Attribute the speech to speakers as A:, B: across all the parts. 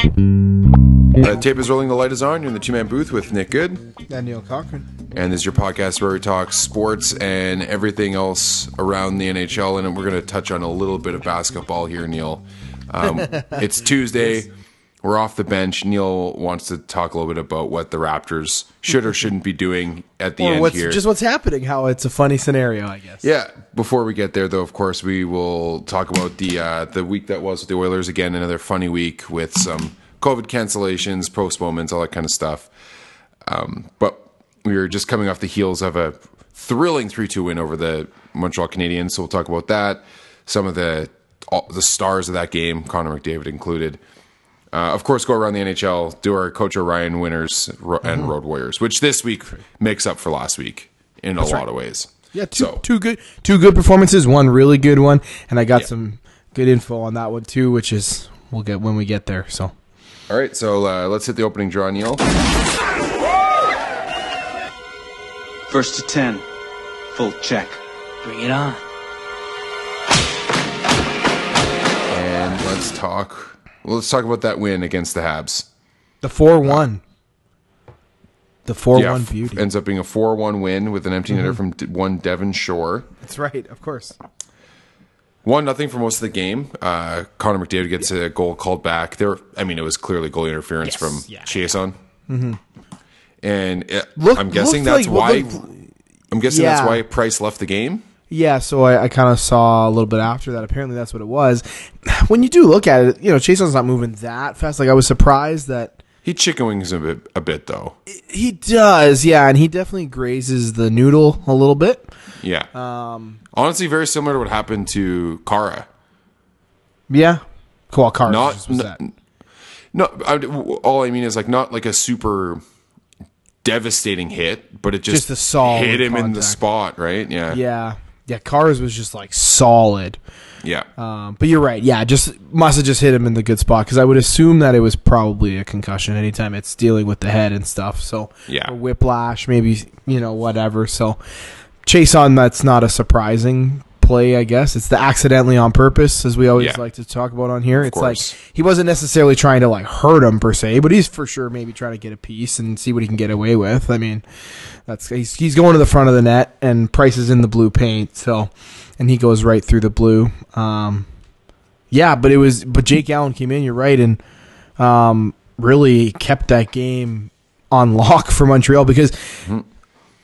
A: Uh, tape is rolling, the light is on. You're in the two man booth with Nick Good,
B: And Neil Cochran.
A: and this is your podcast where we talk sports and everything else around the NHL. And we're going to touch on a little bit of basketball here, Neil. Um, it's Tuesday. We're off the bench. Neil wants to talk a little bit about what the Raptors should or shouldn't be doing at the
B: Or
A: end
B: what's
A: here.
B: just what's happening? How it's a funny scenario, I guess.
A: Yeah. Before we get there, though, of course, we will talk about the uh, the week that was with the Oilers again. Another funny week with some COVID cancellations, postponements, all that kind of stuff. Um, but we were just coming off the heels of a thrilling three two win over the Montreal Canadiens, so we'll talk about that. Some of the all, the stars of that game, Connor McDavid included. Uh, of course, go around the NHL, do our Coach Orion winners ro- and
B: Mm-hmm.
A: Road Warriors, which this week makes up for last week in a lot of ways.
B: Yeah, two
A: So-
B: two good two good performances, one really good one, and I got some good info on that one too, which is we'll get when we get there. So
A: All right, so uh, let's hit the opening draw, Neil.
C: First to ten. Full check.
D: Bring it on.
A: And let's talk. Well, let's talk about that win against the Habs.
B: the four one, the four Oh, one
A: f-
B: beauty. Mm-hmm.
A: ends up being a four-one win with an empty netter from D- one Devon Shore.
B: That's right, of course.
A: One nothing for most of the game. Uh, Connor McDavid gets a goal called back. There, I mean, it was clearly goal interference
B: Yes,
A: from
B: yeah, Mm-hmm.
A: Chiasson. And it,
B: Look-
A: I'm guessing
B: looked
A: that's why.
B: like- looked-
A: I'm guessing that's
B: Yeah.
A: why Price left the game.
B: Yeah, so I, I kind of saw a little bit after that. Apparently, that's what it was. When you do look at it, you know, Chason's not moving that fast. Like I was surprised that
A: He chicken wings a bit, a bit though.
B: He does, yeah, and he definitely grazes the noodle a little bit.
A: Yeah.
B: um,
A: Honestly, very similar to what happened to Kara.
B: Yeah, cool. Car
A: Not-
B: was
A: n-
B: that.
A: No, I, all I mean is like not like a super devastating hit, but it just,
B: Just a solid
A: hit him in the
B: contact.
A: spot, right? Yeah,
B: Yeah, yeah. Cars was just like solid.
A: yeah.
B: Um, but you're right. Yeah, just must have just hit him in the good spot because I would assume that it was probably a concussion. Anytime it's dealing with the head and stuff, so
A: Yeah.
B: or whiplash, maybe you know whatever. So chase on that's not a surprising play, I guess. It's the accidentally on purpose, as we always
A: Yeah.
B: like to talk about on here. it's
A: course.
B: like he wasn't necessarily trying to like hurt him per se, but he's for sure maybe trying to get a piece and see what he can get away with. I mean, that's he's, he's going to the front of the net, and Price is in the blue paint, so and he goes right through the blue. Um, yeah, but it was but Jake Allen came in. You're right, and um, really kept that game on lock for Montreal because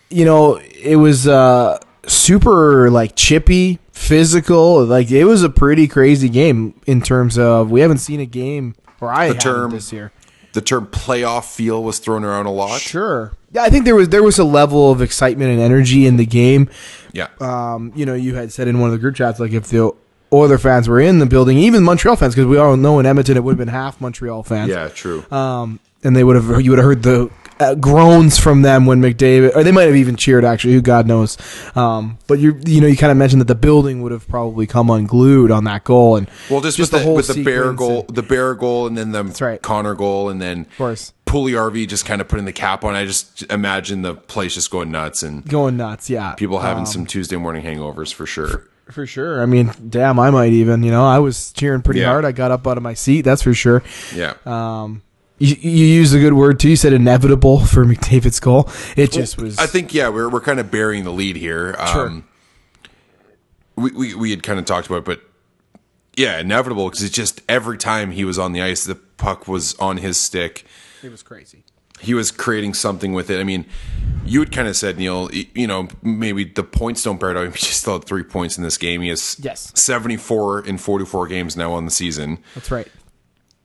B: you know it was uh, super like chippy, physical. Like it was a pretty crazy game in terms of we haven't seen a game or I haven't
A: term
B: this year.
A: the term playoff feel was thrown around a lot.
B: Sure. Yeah, I think there was there was a level of excitement and energy in the game
A: Yeah,
B: um, you know, you had said in one of the group chats, like if the Oiler fans were in the building, even Montreal fans, because we all know in Edmonton it would have been half Montreal fans.
A: yeah, true.
B: Um, and they would have you would have heard the uh, groans from them when McDavid, or they might have even cheered actually. Who God knows. Um, but you you know you kind of mentioned that the building would have probably come unglued on that goal and
A: well, just, with the, with the bear
B: sequence
A: goal,
B: and-
A: the bear goal, and then the
B: right.
A: Connor goal, and then of
B: course.
A: Pulley RV just kind of putting the cap on. I just imagine the place just going nuts and
B: going nuts. Yeah,
A: people having some Tuesday morning hangovers for sure.
B: For sure. I mean, damn, I might even. You know, I was cheering pretty
A: Yeah.
B: hard. I got up out of my seat. That's for sure.
A: Yeah,
B: Um, you, you used a good word too. You said inevitable for McDavid's goal. It just was.
A: I think yeah, we're we're kind of burying the lead here.
B: Sure.
A: Um, we, we we had kind of talked about, it, but yeah, inevitable because it's just every time he was on the ice, the puck was on his stick.
B: it was crazy.
A: He was creating something with it. I mean, you had kind of said, Neil, y- you know, maybe the points don't bear it out. He just still had three points in this game. He has
B: Yes.
A: 74 in 44 games now on the season.
B: That's right.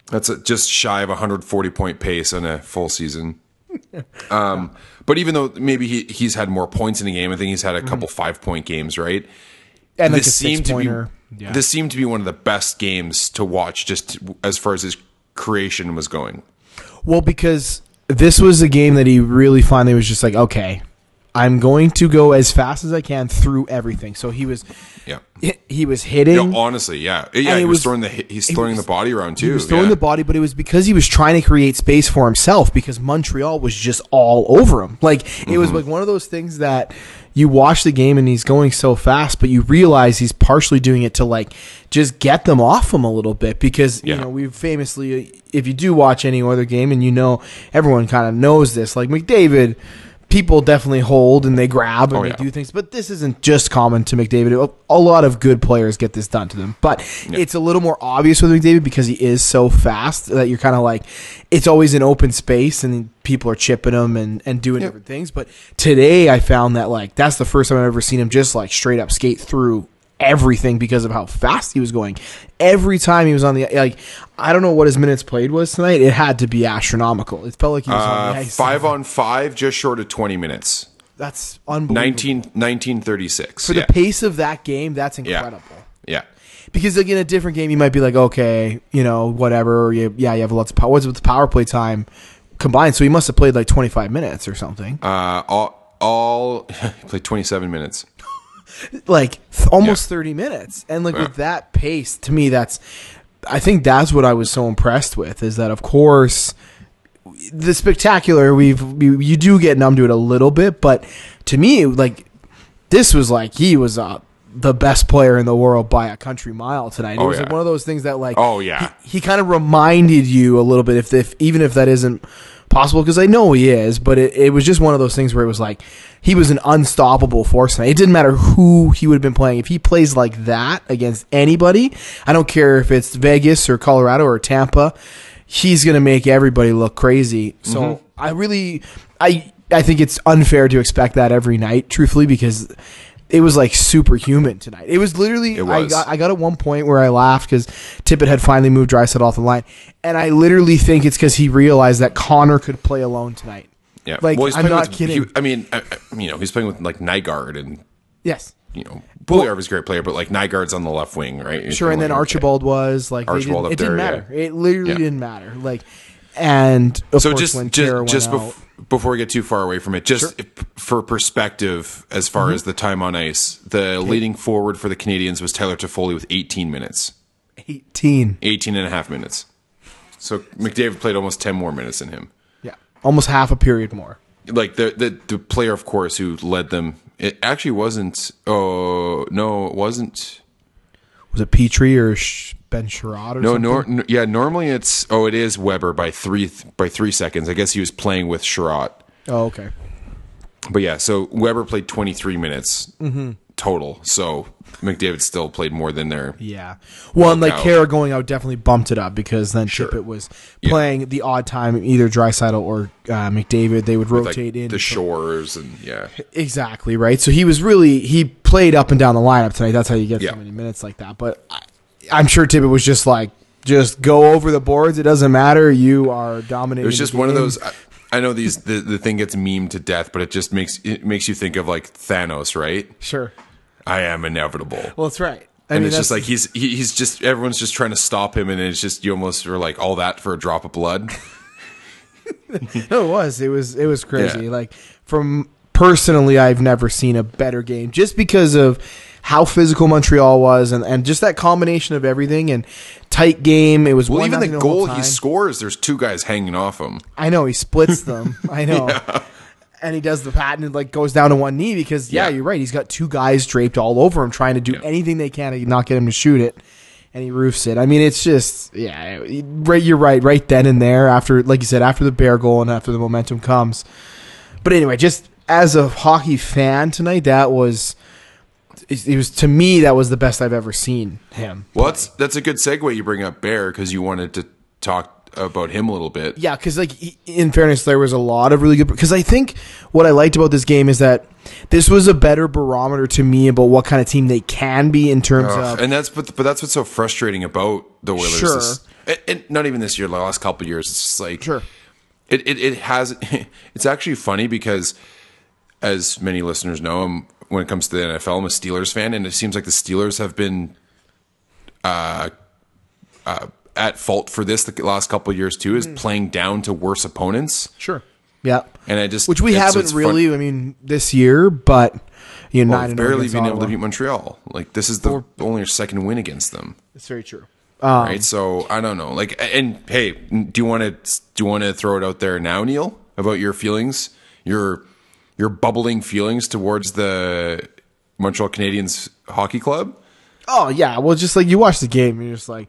A: That's a, just shy of 140 point pace on a full season. Um, but even though maybe he, he's had more points in a game, I think he's had a couple five point games, right?
B: Mm-hmm. And like
A: this
B: a
A: seemed
B: six
A: to be
B: pointer. Yeah.
A: this seemed to be one of the best games to watch, just as far as his creation was going.
B: Well, because this was a game that he really finally was just like, okay, I'm going to go as fast as I can through everything. So he was
A: Yeah.
B: he, he was
A: Yeah,
B: hitting.
A: honestly, yeah, yeah.
B: it
A: He was,
B: was-
A: throwing the he's throwing
B: was-
A: the body around too.
B: He was throwing
A: yeah.
B: the body, but it was because he was trying to create space for himself because Montreal was just all over him. Like it
A: Mm-hmm.
B: was like one of those things that you watch the game and he's going so fast, but you realize he's partially doing it to like just get them off him a little bit because
A: Yeah.
B: you know we famously, uh, if you do watch any other game and you know everyone kind of knows this, like McDavid. People definitely hold and they grab and
A: Oh,
B: they
A: yeah.
B: do things, but this isn't just common to McDavid. A- A lot of good players get this done to them, but it's a little more obvious with McDavid because he is so fast that you're kind of like, it's always an open space and people are chipping him and, and doing different things. But today I found that like that's the first time I've ever seen him just like straight up skate through everything because of how fast he was going. Every time he was on the like, I don't know what his minutes played was tonight. It had to be astronomical. It felt like he was on the
A: uh,
B: ice.
A: five on five, just short of twenty minutes.
B: That's unbelievable.
A: 19, 1936.
B: for
A: yeah.
B: the pace of that game, that's
A: yeah.
B: incredible.
A: Yeah.
B: Because like in a different game, you might be like, okay, you know, whatever. Or you, yeah, you have lots of power. What's with the power play time combined? So he must have played like twenty five minutes or something.
A: Uh, all all he played twenty seven minutes.
B: like th- almost 30 minutes and like with that pace to me that's i think that's what i was so impressed with is that of course the spectacular we've you, you do get numb to it a little bit but to me like this was like he was uh, the best player in the world by a country mile tonight. It
A: Oh,
B: was
A: yeah.
B: like one of those things that like
A: Oh, yeah.
B: he, he kind of reminded you a little bit if, if even if that isn't possible because I know he is, but it, it was just one of those things where it was like he was an unstoppable force tonight. It didn't matter who he would have been playing. If he plays like that against anybody, I don't care if it's Vegas or Colorado or Tampa, he's gonna make everybody look crazy. So
A: Mm-hmm.
B: I really I I think it's unfair to expect that every night, truthfully, because it was like superhuman tonight. It was literally
A: It
B: I
A: was.
B: got I got at one point where I laughed because Tippett had finally moved Drysdale off the line, and I literally think it's because he realized that Connor could play alone tonight.
A: Yeah.
B: like
A: Well, he's
B: I'm
A: playing
B: not
A: with-
B: kidding.
A: he- I mean, I, I- you know, he's playing with like Nygaard and
B: yes,
A: you know, Bulliarv is a great player, but like Nygaard's on the left wing, right? He's
B: sure.
A: kinda
B: And then
A: like, okay.
B: Archibald was like they
A: Archibald up
B: didn't- it didn't
A: there,
B: matter.
A: yeah.
B: It literally
A: Yeah.
B: didn't matter. Like, and of
A: So
B: course
A: just
B: when Kara
A: just just
B: went out,
A: bef- before we get too far away from it, just p- for perspective, as far
B: Mm-hmm.
A: as the time on ice, the leading forward for the Canadians was Tyler Toffoli with 18 minutes,
B: eighteen.
A: 18 and a half minutes. So McDavid played almost 10 more minutes than him.
B: Yeah, almost half a period more.
A: Like the the, the player, of course, who led them. It actually wasn't. Oh no, it wasn't.
B: Was it Petrie or Sh- Ben Sherrod or
A: No,
B: something?
A: nor, n- yeah. Normally it's oh, it is Weber by three th- by three seconds. I guess he was playing with Sherratt.
B: Oh, okay.
A: But yeah, so Weber played 23 minutes
B: Mm-hmm.
A: total. So McDavid still played more than there.
B: Yeah. Well, and like
A: out.
B: Kara going out definitely bumped it up because then Tippett was playing the odd time either Drysidle or uh, McDavid. They would
A: Like
B: rotate in
A: the shores and yeah.
B: exactly right. So he was really he played up and down the lineup tonight. That's how you get
A: Yeah.
B: so many minutes like that. But I, I'm sure Tippett was just like, just go over the boards. It doesn't matter. You are dominating.
A: It was just one of those. I, I know these the, the thing gets memed to death, but it just makes it makes you think of like Thanos, right?
B: Sure.
A: I am inevitable.
B: Well, that's right. I
A: and
B: mean,
A: it's just
B: that's-
A: like he's he, he's just everyone's just trying to stop him, and it's just you almost are like all that for a drop of blood.
B: No, it was. It was. It was crazy.
A: Yeah.
B: Like from personally, I've never seen a better game just because of how physical Montreal was, and, and just that combination of everything and tight game. It was
A: Well,
B: one
A: even
B: nothing
A: the goal
B: whole
A: he
B: time.
A: scores, there's two guys hanging off him.
B: I know he splits them. I know. And he does the patent and like goes down to one knee because yeah,
A: Yeah.
B: you're right. He's got two guys draped all over him trying to do anything they can to not get him to shoot it, and he roofs it. I mean, it's just yeah, it- right. You're right. Right then and there, after like you said, after the bear goal and after the momentum comes. But anyway, just as a hockey fan tonight, that was it it was to me that was the best I've ever seen him.
A: Well, that's that's a good segue you bring up Bear because you wanted to talk about him a little bit.
B: Yeah, because like i- in fairness, there was a lot of really good. Because I think what I liked about this game is that this was a better barometer to me about what kind of team they can be in terms
A: Ugh,
B: of.
A: and that's but but that's what's so frustrating about the Oilers.
B: Sure.
A: This, and, and not even this year, the last couple of years. It's just like
B: Sure.
A: It it, it has. It's actually funny because, as many listeners know, I'm, when it comes to the NFL, I'm a Steelers fan, and it seems like the Steelers have been,
B: Hmm.
A: uh, uh, at fault for this the last couple of years too. Is playing down to worse opponents.
B: sure. Yeah.
A: And I just
B: Which we
A: it's-
B: haven't
A: it's fun-
B: really, I mean, this year, but you know,
A: Well,
B: nine and oh
A: barely
B: being
A: being able to beat Montreal. Like this is the only your second win against them,
B: It's very true. Um,
A: right? So I don't know. Like, and hey, do you want to do you want to throw it out there now, Neil, about your feelings, your your bubbling feelings towards the Montreal Canadiens hockey club?
B: Oh yeah, well, just like you watch the game, and you're just like,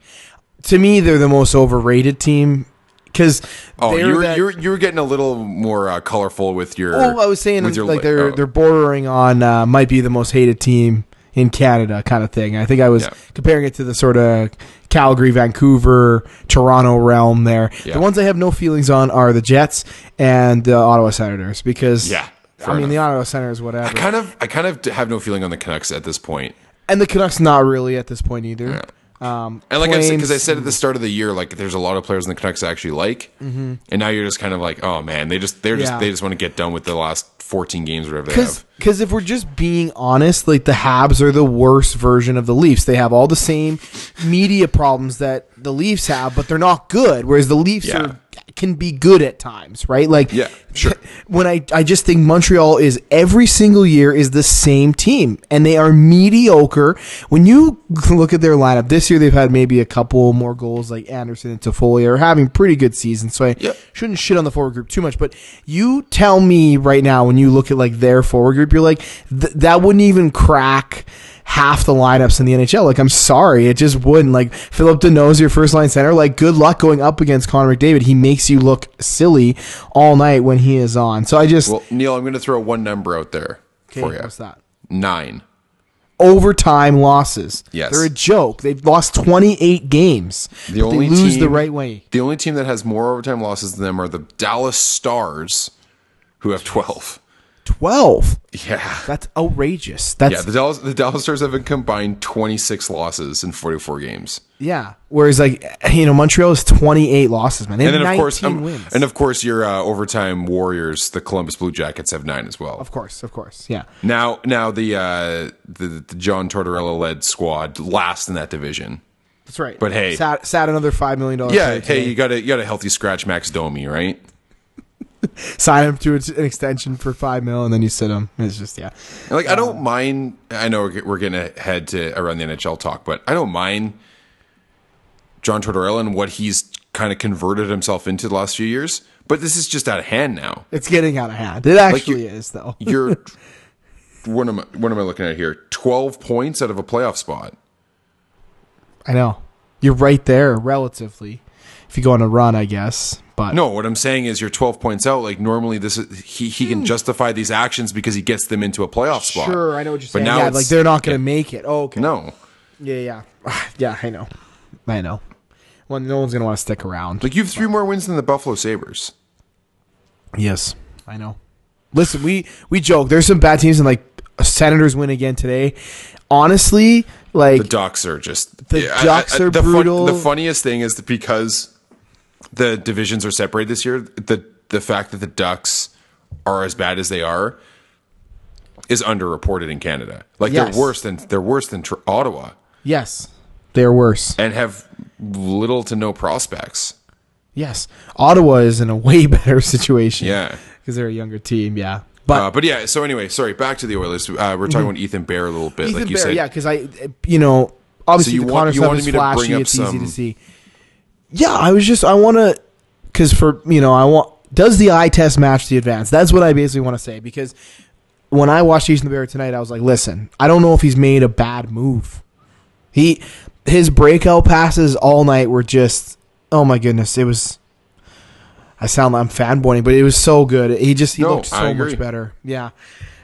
B: to me, they're the most overrated team because
A: Oh,
B: they're
A: you were,
B: that-
A: you were you were getting a little more uh, colorful with your.
B: Well, I was saying
A: with your
B: like
A: li-
B: they're
A: oh.
B: they're bordering on uh, might be the most hated team in Canada kind of thing. I think I was
A: Yeah.
B: comparing it to the sort of Calgary, Vancouver, Toronto realm there.
A: Yeah.
B: The ones I have no feelings on are the Jets and the Ottawa Senators because
A: Yeah,
B: I
A: fair
B: mean the Ottawa Senators whatever.
A: kind of I kind of have no feeling on the Canucks at this point.
B: And the Canucks not really at this point either. Um
A: And like I said, because I
B: Flames-
A: said at the start of the year, like there's a lot of players in the Canucks I actually like, mm-hmm. and now you're just kind of like, oh man, they just they're
B: Yeah.
A: just they just want to get done with the last 14 games or whatever they
B: Because
A: have.
B: if we're just being honest, like the Habs are the worst version of the Leafs. They have all the same media problems that the Leafs have, but they're not good. Whereas the Leafs
A: Yeah.
B: are can be good at times, right? Like
A: Yeah, sure.
B: When I I just think Montreal is every single year is the same team, and they are mediocre. When you look at their lineup this year, they've had maybe a couple more goals, like Anderson and Toffoli are having pretty good seasons. So I
A: Yeah.
B: shouldn't shit on the forward group too much, but you tell me right now when you look at like their forward group, you're like th- that wouldn't even crack half the lineups in the NHL. Like I'm sorry, it just wouldn't. Like Philip Deneau's your first line center. Like good luck going up against Connor McDavid. He makes you look silly all night when he is on. So I just
A: Well, Neil, I'm going to throw one number out there for
B: okay,
A: you.
B: what's that?
A: Nine.
B: Overtime losses.
A: Yes.
B: they're a joke. They've lost 28 games.
A: The
B: but
A: only
B: they lose
A: team,
B: the right way.
A: The only team that has more overtime losses than them are the Dallas Stars, who have 12.
B: 12.
A: Yeah.
B: That's outrageous. That's
A: Yeah, the Dallas the Dallas Stars have a combined 26 losses in 44 games.
B: Yeah. Whereas like you know Montreal is 28 losses, man. They
A: And
B: have
A: then of course
B: 19
A: um,
B: wins.
A: and of course your uh, overtime Warriors, the Columbus Blue Jackets have 9 as well.
B: of course, of course. Yeah.
A: Now, now the uh, the, the John Tortorella led squad last in that division.
B: That's right.
A: But hey-
B: sat, sat another 5 million dollars.
A: Yeah, hey, you got a you got a healthy scratch, Max Domi, right?
B: sign him to an extension for 5 mil and then you sit him. It's just yeah.
A: And, Like I don't mind. I know we're- we're gonna head to around the NHL talk, but I don't mind John Tortorella and what he's kind of converted himself into the last few years. But this is just out of hand now.
B: It's getting out of hand. It actually
A: you-
B: is though.
A: You're what am I, what am I looking at here? Twelve points out of a playoff spot.
B: I know. You're right there relatively. If you go on a run, I guess. But
A: No, what I'm saying is you're 12 points out. Like normally, this is, he he can justify these actions because he gets them into a playoff spot.
B: Hmm. sure, I know what you're saying.
A: But now
B: yeah,
A: it's,
B: like they're not going to make it. Oh, okay.
A: no.
B: Yeah, yeah. yeah, I know. I know. Well, no one's going to want to stick around.
A: Like you have three more wins than the Buffalo Sabers.
B: Yes, I know. Listen, we we joke. There's some bad teams, and like Senators win again today. Honestly, like
A: The Ducks are just
B: The Ducks are
A: the
B: brutal.
A: the funniest thing is that because the divisions are separated this year, the the fact that the Ducks are as bad as they are is underreported in Canada. Like
B: Yes.
A: they're worse than they're worse than Tr- Ottawa
B: yes, they're worse.
A: and have little to no prospects.
B: Yes, Ottawa is in a way better situation.
A: Yeah.
B: because they're a younger team. Yeah, but
A: Uh, but yeah, so anyway, sorry, back to the Oilers. Uh, we're talking about Ethan Bear a little bit,
B: Mm-hmm. Ethan
A: like you
B: Bear,
A: said.
B: yeah, because I, you know, obviously
A: So you
B: the
A: want-
B: Connor
A: you
B: stuff
A: wanted
B: is
A: me to bring
B: flashy.
A: up
B: It's easy
A: some-
B: to see. Yeah, I was just I want to, because for you know I want does the eye test match the advance? That's what I basically want to say because when I watched Ethan Bear tonight, I was like, listen, I don't know if he's made a bad move. He his breakout passes all night were just oh my goodness, it was. I sound like I'm fanboying, but it was so good. He just he
A: No,
B: looked so
A: I agree.
B: much better. Yeah.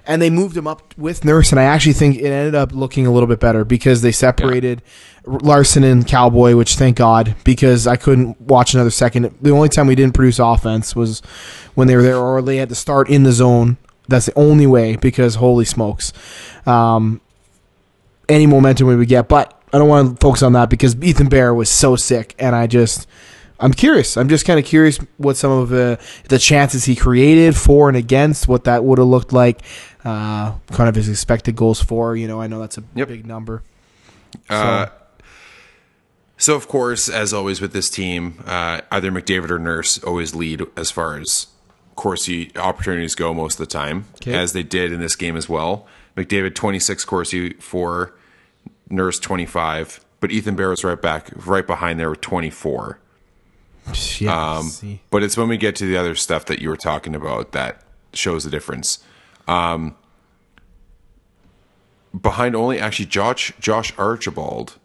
B: And they moved him up with Nurse, and I actually think it ended up looking a little bit better because they separated Larson and Cowboy, which thank God, because I couldn't watch another second. The only time we didn't produce offense was when they were there, or they had to start in the zone. That's the only way, because holy smokes. Um, any momentum we would get, but I don't want to focus on that because Ethan Bear was so sick, and I just. I'm curious. I'm just kind of curious what some of the the chances he created for and against, what that would have looked like, uh, kind of his expected goals for. You know, I know that's a
A: Yep.
B: big number.
A: Uh, so, of course, as always with this team, uh, either McDavid or Nurse always lead as far as Corsi opportunities go most of the time,
B: Okay.
A: as they did in this game as well. McDavid twenty six, Corsi four, Nurse twenty five, but Ethan Barrow's right back, right behind there with twenty four.
B: Yeah,
A: Um,
B: see.
A: but it's when we get to the other stuff that you were talking about that shows the difference. Um, behind only actually Josh Josh Archibald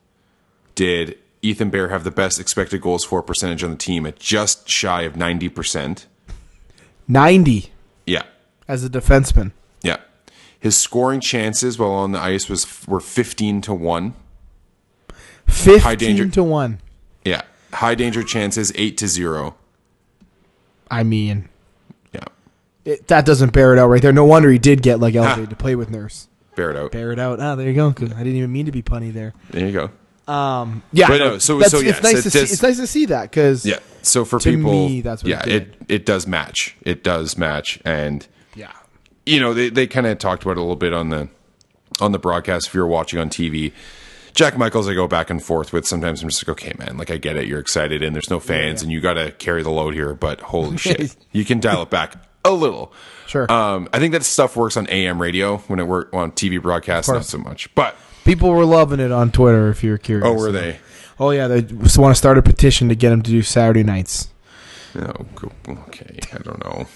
A: did Ethan Bear have the best expected goals for percentage on the team at just shy of ninety percent.
B: ninety
A: Yeah,
B: as a defenseman.
A: yeah. His scoring chances while on the ice was were fifteen to one.
B: Fifteen
A: danger.
B: to one.
A: Yeah, high danger chances eight to zero.
B: I mean,
A: Yeah,
B: it, that doesn't bear it out right there. No wonder he did get like elevated to play with Nurse.
A: bear it out.
B: Bear it out. Ah, there you go. Good. I didn't even mean to be punny there.
A: There you go.
B: Yeah,
A: But no, so-
B: that's-
A: so yes,
B: it's nice
A: it
B: to
A: just-
B: see. It's nice to see that because
A: Yeah. So for
B: To
A: people,
B: me, that's what
A: yeah,
B: it
A: it,
B: did.
A: it does match. It does match, and
B: yeah,
A: you know they, they kind of talked about it a little bit on the on the broadcast. If you're watching on TV, Jack Michaels, I go back and forth with. Sometimes I'm just like, okay, man, like I get it. You're excited, and there's no fans, and you got to carry the load here. But holy shit, you can dial it back a little.
B: Sure.
A: Um, I think that stuff works on AM radio when it work on TV broadcast, not so much. But
B: people were loving it on Twitter. If you're curious,
A: oh, were they?
B: Oh yeah, they just want to start a petition to get him to do Saturday nights.
A: No, go- Oh, okay, I don't know.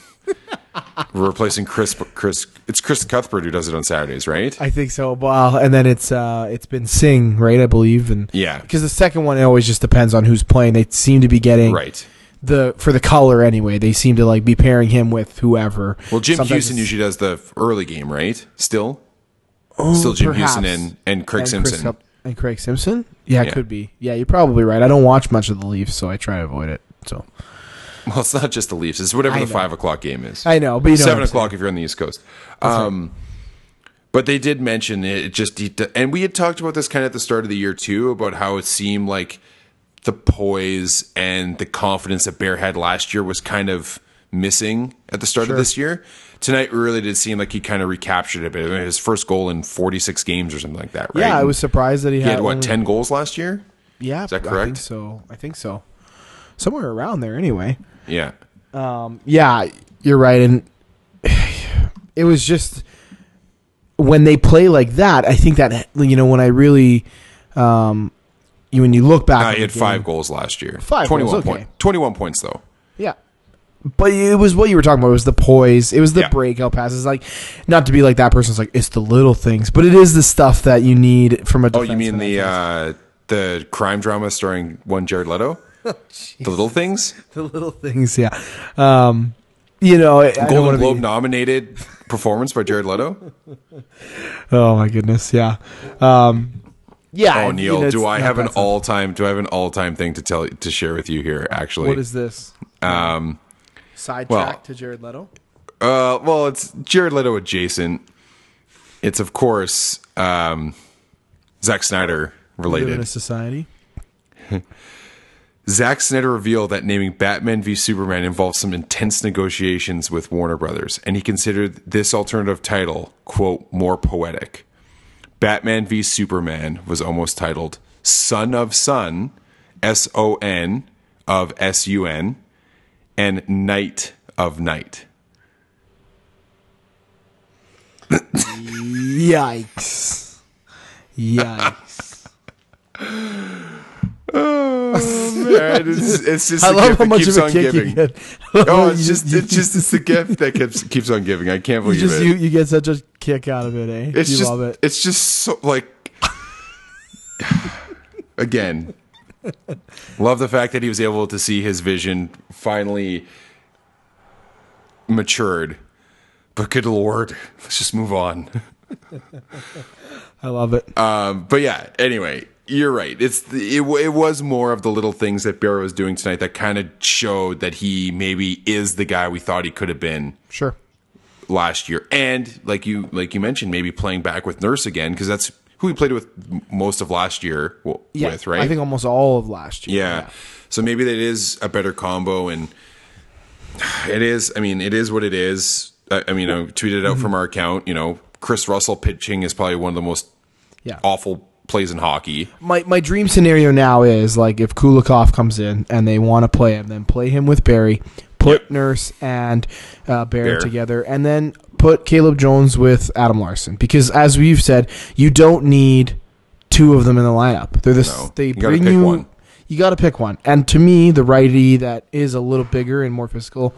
A: We're replacing Chris. Chris, it's Chris Cuthbert who does it on Saturdays, right?
B: I think so. Well, and then it's uh, it's been Sing, right? I believe, and
A: Yeah.
B: because the second one it always just depends on who's playing. They seem to be getting
A: right.
B: the for the color anyway. They seem to like be pairing him with whoever.
A: Well, Jim
B: Sometimes
A: Houston
B: it's-
A: usually does the early game, right? Still, still Jim
B: Oh, perhaps.
A: Houston and and Craig
B: and Chris
A: Simpson.
B: Hup- and Craig Simpson. Yeah,
A: Yeah.
B: it could be. Yeah, you're probably right. I don't watch much of the Leafs, so I try to avoid it. So
A: well, it's not just the Leafs; it's whatever
B: I
A: the
B: know.
A: five o'clock game is.
B: I know, but you know what
A: seven
B: I'm saying.
A: o'clock if you're on the East Coast. Um, but they did mention it. it Just det- and we had talked about this kind of at the start of the year too about how it seemed like the poise and the confidence that Bear had last year was kind of missing at the start of this year. Tonight really did seem like he kind of recaptured it. But his first goal in 46 games or something like that, right?
B: Yeah, I
A: And
B: was surprised that he,
A: He had what
B: only-
A: 10 goals last year?
B: Yeah, is
A: that
B: I
A: correct?
B: think so I think so, somewhere around there. Anyway,
A: Yeah.
B: yeah, you're right, and it was just when they play like that. I think that you know when I really, um, you when you look back,
A: Uh, he
B: at the
A: had
B: game-
A: five goals last year.
B: Five goals,
A: 21
B: okay.
A: point- 21 points though.
B: Yeah. But it was what you were talking about. It was the poise. It was the
A: Yeah.
B: breakout passes. Like, not to be like that person's like it's the little things, but it is the stuff that you need from a.
A: Oh, you mean
B: defenseman
A: the
B: at times.
A: uh, the crime drama starring one Jared Leto?
B: Oh,
A: the little things.
B: the little things? Yeah. Um, you know, I- I don't
A: Golden
B: wanna be-
A: Globe nominated performance by Jared Leto.
B: oh my goodness, yeah. Um, yeah.
A: Oh,
B: you
A: Neil,
B: know, it's
A: do I
B: not
A: have
B: that
A: an
B: tough.
A: all time? Do I have an all time thing to tell to share with you here? Actually,
B: What is this?
A: um,
B: Sidetrack
A: well-
B: to Jared Leto.
A: uh, well, it's Jared Leto adjacent. It's of course um, Zack Snyder
B: We live in
A: related.
B: a society.
A: Zack Snyder revealed that naming Batman v Superman involved some intense negotiations with Warner Brothers, and he considered this alternative title, quote, more poetic. Batman v Superman was almost titled Son of Sun, S O N of S U N, and Night of Night.
B: Yikes! Yikes!
A: Oh, it's, just
B: I love how much of a kick you get.
A: Oh, it's just it's just it's the gift that keeps keeps on giving. I can't
B: You
A: believe
B: just
A: it.
B: you, you get such a kick out of it, eh?
A: It's
B: you
A: just,
B: love it.
A: It's just so like again. Love the fact that he was able to see his vision finally matured. But good lord, let's just move on.
B: I love it.
A: Um, but yeah, anyway, you're right. It's the, it, wa- it was more of the little things that Barrow was doing tonight that kind of showed that he maybe is the guy we thought he could have been
B: sure.
A: last year, and like you like you mentioned, maybe playing back with Nurse again because that's who he played with m- most of last year. w
B: Yeah,
A: with right,
B: I think almost all of last year.
A: yeah. So maybe that is a better combo, and it is. I mean, it is what it is. I, I mean, I tweeted it
B: Mm-hmm.
A: out from our account. You know, Chris Russell pitching is probably one of the most
B: Yeah.
A: awful plays in hockey.
B: My my dream scenario now is like if Kulikov comes in and they want to play him, then play him with Barry, put Nurse and uh, Bear,
A: Bear.
B: together, and then put Caleb Jones with Adam Larson because, as we've said, you don't need two of them in the lineup. They're this.
A: No.
B: They
A: You gotta
B: bring
A: pick
B: you.
A: one.
B: You got to pick one, and to me, the righty that is a little bigger and more physical,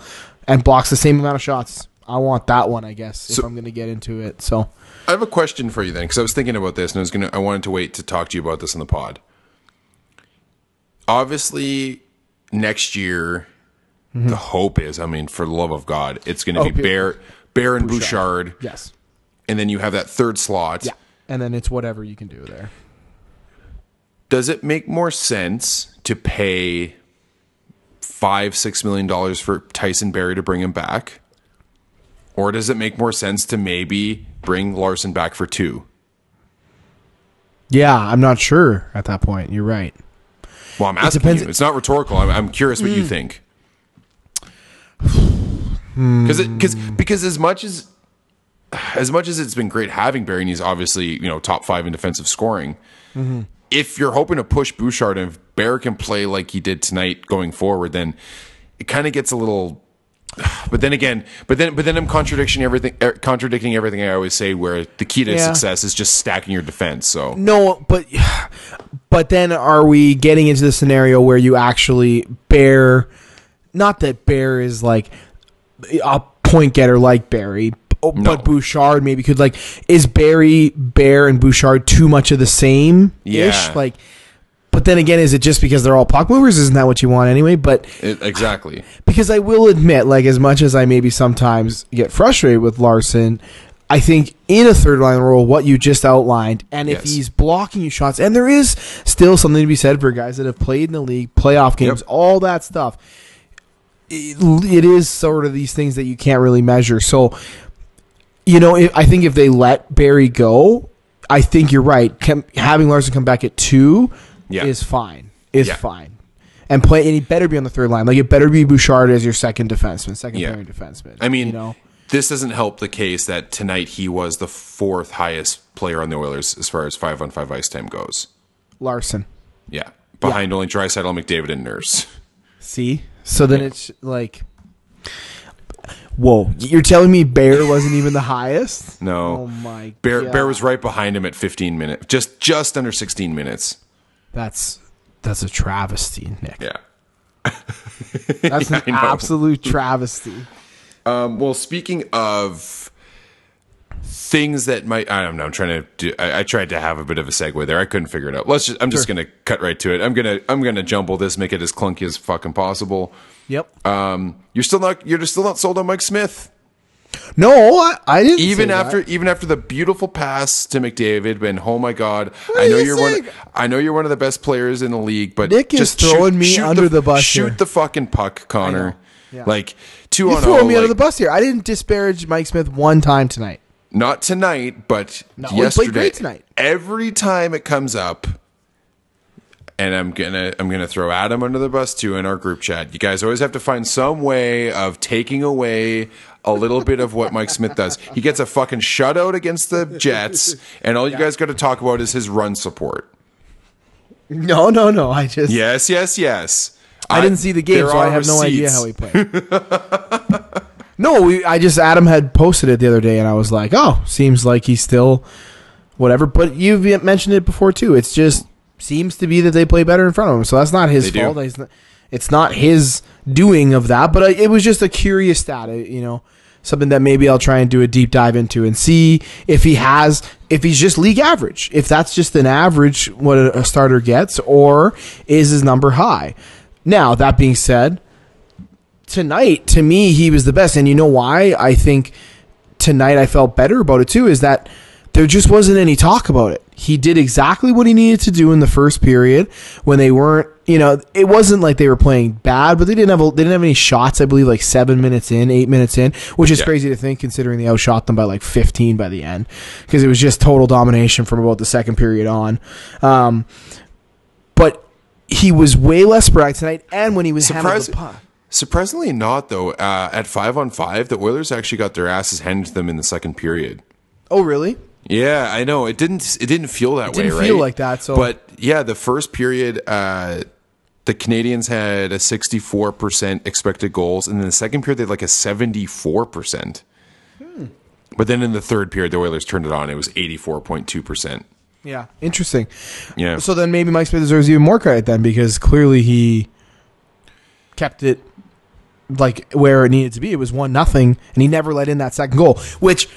B: and blocks the same amount of shots. I want that one, I guess, if I'm going to get into it. So
A: I have a question for you then, because I was thinking about this, and I was gonna, I wanted to wait to talk to you about this on the pod. Obviously, next year, the hope is, I mean, for the love of God, it's going to be
B: Mm-hmm. Oh, people-
A: Bear, Bear and Bouchard,
B: yes,
A: and then you have that third slot.
B: yeah, and then it's whatever you can do there.
A: Does it make more sense to pay five, six million dollars for Tyson Berry to bring him back, or does it make more sense to maybe bring Larson back for two?
B: Yeah, I'm not sure at that point. You're right.
A: Well, I'm asking
B: depends- Hmm.
A: you. It's not rhetorical. I'm, I'm curious what you think.
B: Hmm.
A: Because because because as much as as much as it's been great having Barry, and he's obviously you know top five in defensive scoring.
B: Mm-hmm.
A: If you're hoping to push Bouchard and if Bear can play like he did tonight going forward, then it kind of gets a little. But then again, but then but then I'm contradicting everything, er, contradicting everything I always say. Where the key to
B: Yeah.
A: success is just stacking your defense. So
B: No, but but then are we getting into the scenario where you actually bear? Not that Bear is like a point getter like Barry, oh, but
A: No.
B: Bouchard maybe could like is Barry Bear and Bouchard too much of the same?
A: Yeah.
B: like. But then again, is it just because they're all puck movers? Isn't that what you want anyway? But
A: it, exactly.
B: because I will admit, like as much as I maybe sometimes get frustrated with Larson, I think in a third line role, what you just outlined, and if
A: Yes.
B: he's blocking you shots, and there is still something to be said for guys that have played in the league, playoff games,
A: Yep.
B: all that stuff. It, it is sort of these things that you can't really measure. So, you know, if, I think if they let Barry go, I think you're right. Cam, having Larson come back at two
A: Yeah.
B: is fine. Is
A: Yeah.
B: fine. And play, and he better be on the third line. Like it better be Bouchard as your second defenseman, second
A: Yeah.
B: pairing defenseman.
A: I mean,
B: you know,
A: this doesn't help the case that tonight he was the fourth highest player on the Oilers as far as five on five ice time goes.
B: Larson.
A: Yeah, behind only Drysaitel, McDavid, and Nurse.
B: See, so then it's like, whoa, you're telling me Bear wasn't even the highest?
A: No,
B: Oh my
A: Bear
B: God.
A: Bear was right behind him at 15 minutes, just just under 16 minutes.
B: That's that's a travesty, Nick.
A: Yeah.
B: That's an
A: I know.
B: absolute travesty.
A: Um, well, speaking of things that might, I don't know. I'm trying to do. I, I tried to have a bit of a segue there. I couldn't figure it out. Let's just. I'm just gonna cut right to it. I'm gonna. I'm gonna jumble this, make it as clunky as fucking possible.
B: Yep.
A: Um, you're still not. You're still not sold on Mike Smith.
B: no, I, I didn't. say
A: even
B: that.
A: after even after the beautiful pass to McDavid, and oh my god, I know
B: you
A: you're one.
B: saying?
A: I know you're one of the best players in the league, but
B: Nick is
A: just
B: throwing me under the bus
A: Shoot
B: here.
A: the fucking puck, Connor.
B: Yeah.
A: Like two
B: you
A: on
B: throwing
A: oh,
B: me under the
A: like,
B: bus here. I didn't disparage Mike Smith one time tonight.
A: Not tonight, but
B: No, he played
A: yesterday.
B: great tonight.
A: Every time it comes up. And I'm gonna I'm gonna throw Adam under the bus too in our group chat. You guys always have to find some way of taking away a little bit of what Mike Smith does. He gets a fucking shutout against the Jets, and all you guys got to talk about is his run support.
B: No, no, no. I just
A: Yes, yes, yes.
B: I didn't see the game,
A: there
B: so I
A: are
B: have no idea
A: receipts.
B: how he played. no, we, I just Adam had posted it the other day, and I was like, "Oh, seems like he's still whatever." But you've mentioned it before too. It's just seems to be that they play better in front of him, so that's not his
A: They do.
B: fault. He's not- It's not his doing of that, but I, it was just a curious stat, uh, you know, something that maybe I'll try and do a deep dive into and see if he has, if he's just league average, if that's just an average what a, a starter gets, or is his number high. Now that being said, tonight to me he was the best and you know why i think tonight i felt better about it too is that there just wasn't any talk about it he did exactly what he needed to do in the first period when they weren't you know it wasn't like they were playing bad but they didn't have a, they didn't have any shots i believe like 7 minutes in 8 minutes in which is
A: Yeah.
B: crazy to think considering they outshot them by like 15 by the end because it was just total domination from about the second period on um but he was way less sporadic tonight and when he was handled the
A: Surprising-
B: puck
A: Surprisingly, not though. Uh, at five on five, the Oilers actually got their asses handed to them in the second period.
B: oh really
A: Yeah, I know. It didn't. It didn't feel that way.
B: didn't
A: right?
B: feel like that, so-
A: but yeah, the first period, uh, the Canadians had a 64% expected goals, and in the second period they had like a 74%. Hmm. But then in the third period, the Oilers turned it on. It was 84.2%.
B: Yeah, interesting.
A: Yeah.
B: So then maybe Mike Smith deserves even more credit then because clearly he kept it like where it needed to be. It was one nothing, and he never let in that second goal, which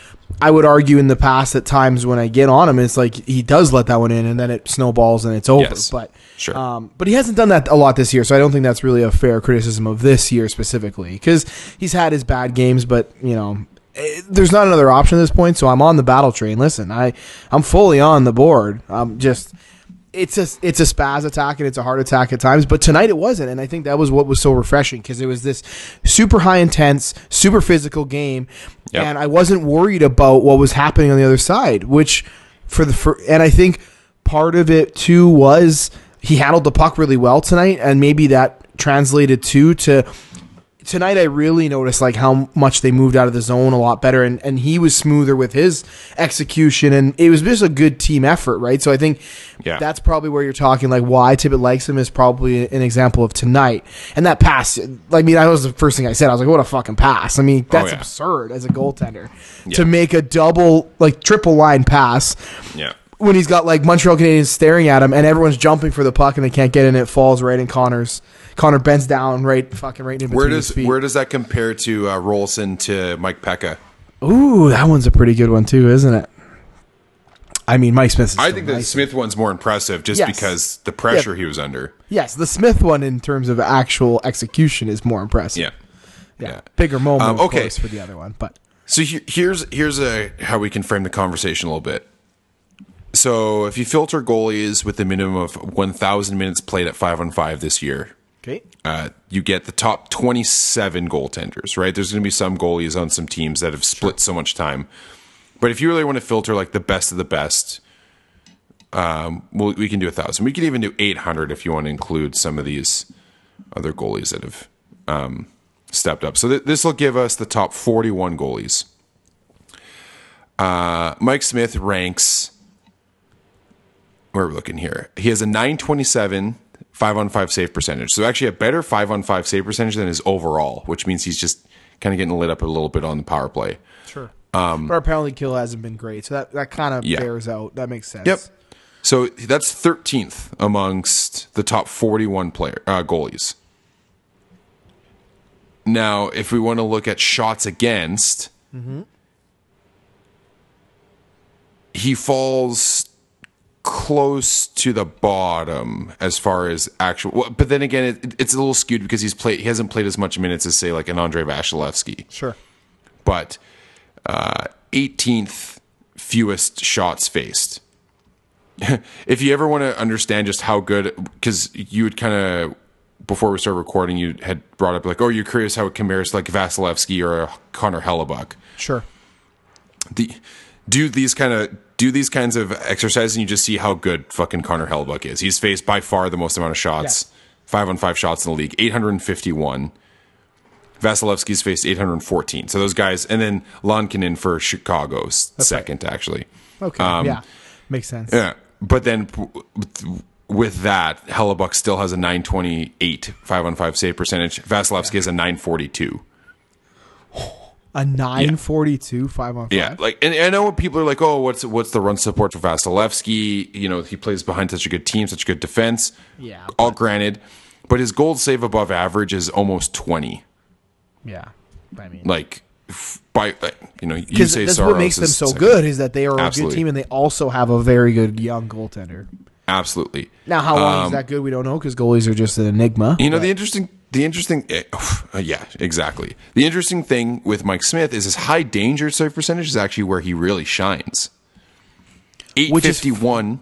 B: I would argue in the past at times when I get on him, it's like he does let that one in, and then it snowballs and it's over.
A: Yes.
B: But
A: Sure.
B: um, but he hasn't done that a lot this year, so I don't think that's really a fair criticism of this year specifically because he's had his bad games, but you know. eh, There's not another option at this point, so I'm on the battle train. Listen, I I'm fully on the board. I'm just it's a it's a spaz attack and it's a heart attack at times, but tonight it wasn't, and I think that was what was so refreshing because it was this super high intense, super physical game,
A: Yep.
B: and I wasn't worried about what was happening on the other side, which for the for, and I think part of it too was he handled the puck really well tonight, and maybe that translated too to tonight I really noticed like how much they moved out of the zone a lot better and, and he was smoother with his execution and it was just a good team effort, right? So I think
A: Yeah.
B: that's probably where you're talking like why Tippett likes him is probably an example of tonight. And that pass I mean that was the first thing I said. I was like, what a fucking pass. I mean, that's
A: Oh, yeah.
B: absurd as a goaltender.
A: Yeah.
B: To make a double like triple line pass
A: yeah.
B: when he's got like Montreal Canadiens staring at him and everyone's jumping for the puck and they can't get in, it falls right in Connor's Connor bends down right fucking right in between
A: Where
B: his
A: does
B: feet.
A: where does that compare to uh, Rolson to Mike Pekka?
B: Ooh, that one's a pretty good one too, isn't it? I mean, Mike Smith. Is
A: I
B: still
A: think the
B: nice.
A: Smith one's more impressive just
B: Yes.
A: because the pressure he was under.
B: yes, the Smith one in terms of actual execution is more impressive.
A: Yeah.
B: yeah,
A: yeah.
B: bigger moment,
A: Um,
B: of
A: okay.
B: course, for the other one. But
A: So here, here's here's a how we can frame the conversation a little bit. So if you filter goalies with a minimum of 1,000 minutes played at five on five this year,
B: okay,
A: uh, you get the top 27 goaltenders, right? There's going to be some goalies on some teams that have split so much time. But if you really want to filter like the best of the best, um, we'll, we can do a 1,000. We can even do 800 if you want to include some of these other goalies that have um, stepped up. So th- this will give us the top 41 goalies. Uh, Mike Smith ranks where are we looking here? He has a 927 five on five save percentage. So actually a better five on five save percentage than his overall, which means he's just kind of getting lit up a little bit on the power play.
B: sure. Um, but our penalty kill hasn't been great, so that, that kind of
A: Yeah.
B: bears out. That makes sense.
A: Yep. So that's 13th amongst the top 41 player uh, goalies. Now, if we want to look at shots against, he falls close to the bottom as far as actual. well, But then again, it, it's a little skewed because he's played. He hasn't played as much minutes as say like an Andre Vasilevsky
B: Sure.
A: but uh, 18th fewest shots faced. if you ever want to understand just how good, because you would kind of before we started recording, you had brought up like, oh, you're curious how it compares to like Vasilevsky or Connor Hellebuck.
B: Sure.
A: The, do these kind of do these kinds of exercises, and you just see how good fucking Connor Hellebuck is. He's faced by far the most amount of shots, five on five shots in the league, 851. Vasilevsky's faced 814. So those guys, and then Lonkinen for Chicago's second, actually.
B: Okay.
A: Um,
B: yeah, makes sense.
A: Yeah. But then p- with- with that, Hellebuck still has a 928 five on five save percentage. Vasilevsky has a 942.
B: A nine forty-two, five on five.
A: Yeah, like and, and I know people are like, oh, what's what's the run support for Vasilevsky? You know, he plays behind such a good team, such good defense.
B: Yeah,
A: all granted, but his gold save above average is almost twenty.
B: yeah. I mean,
A: Like f- by like, you know, you
B: because
A: say
B: that's what
A: Soros
B: makes them
A: is
B: so
A: second.
B: good is that they are a
A: Absolutely.
B: good team and they also have a very good young goaltender.
A: Absolutely.
B: Now, how long
A: Um,
B: is that good? We don't know because goalies are just an enigma.
A: You know the interesting, the interesting, eh, uh, yeah, exactly. The interesting thing with Mike Smith is his high danger save percentage is actually where he really shines. Eight
B: Which is-
A: fifty one.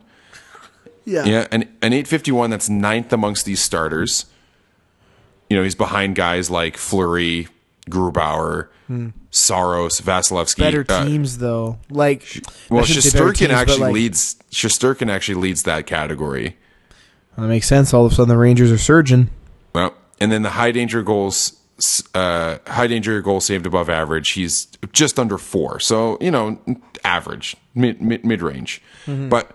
B: Yeah.
A: Yeah, an an eight fifty one. That's ninth amongst these starters. You know, he's behind guys like Fleury, Grubauer, Soros, Vasilevsky.
B: Hmm. Better
A: uh,
B: teams though, like
A: well,
B: I shouldn't say better
A: Shosturkin
B: teams, but,
A: actually
B: like,
A: leads. Shosturkin actually leads that category.
B: That makes sense. All of a sudden, the Rangers are surging.
A: Well, and then the high danger goals, uh, high danger goal saved above average. He's just under four, so you know, average, mid mid, mid range. But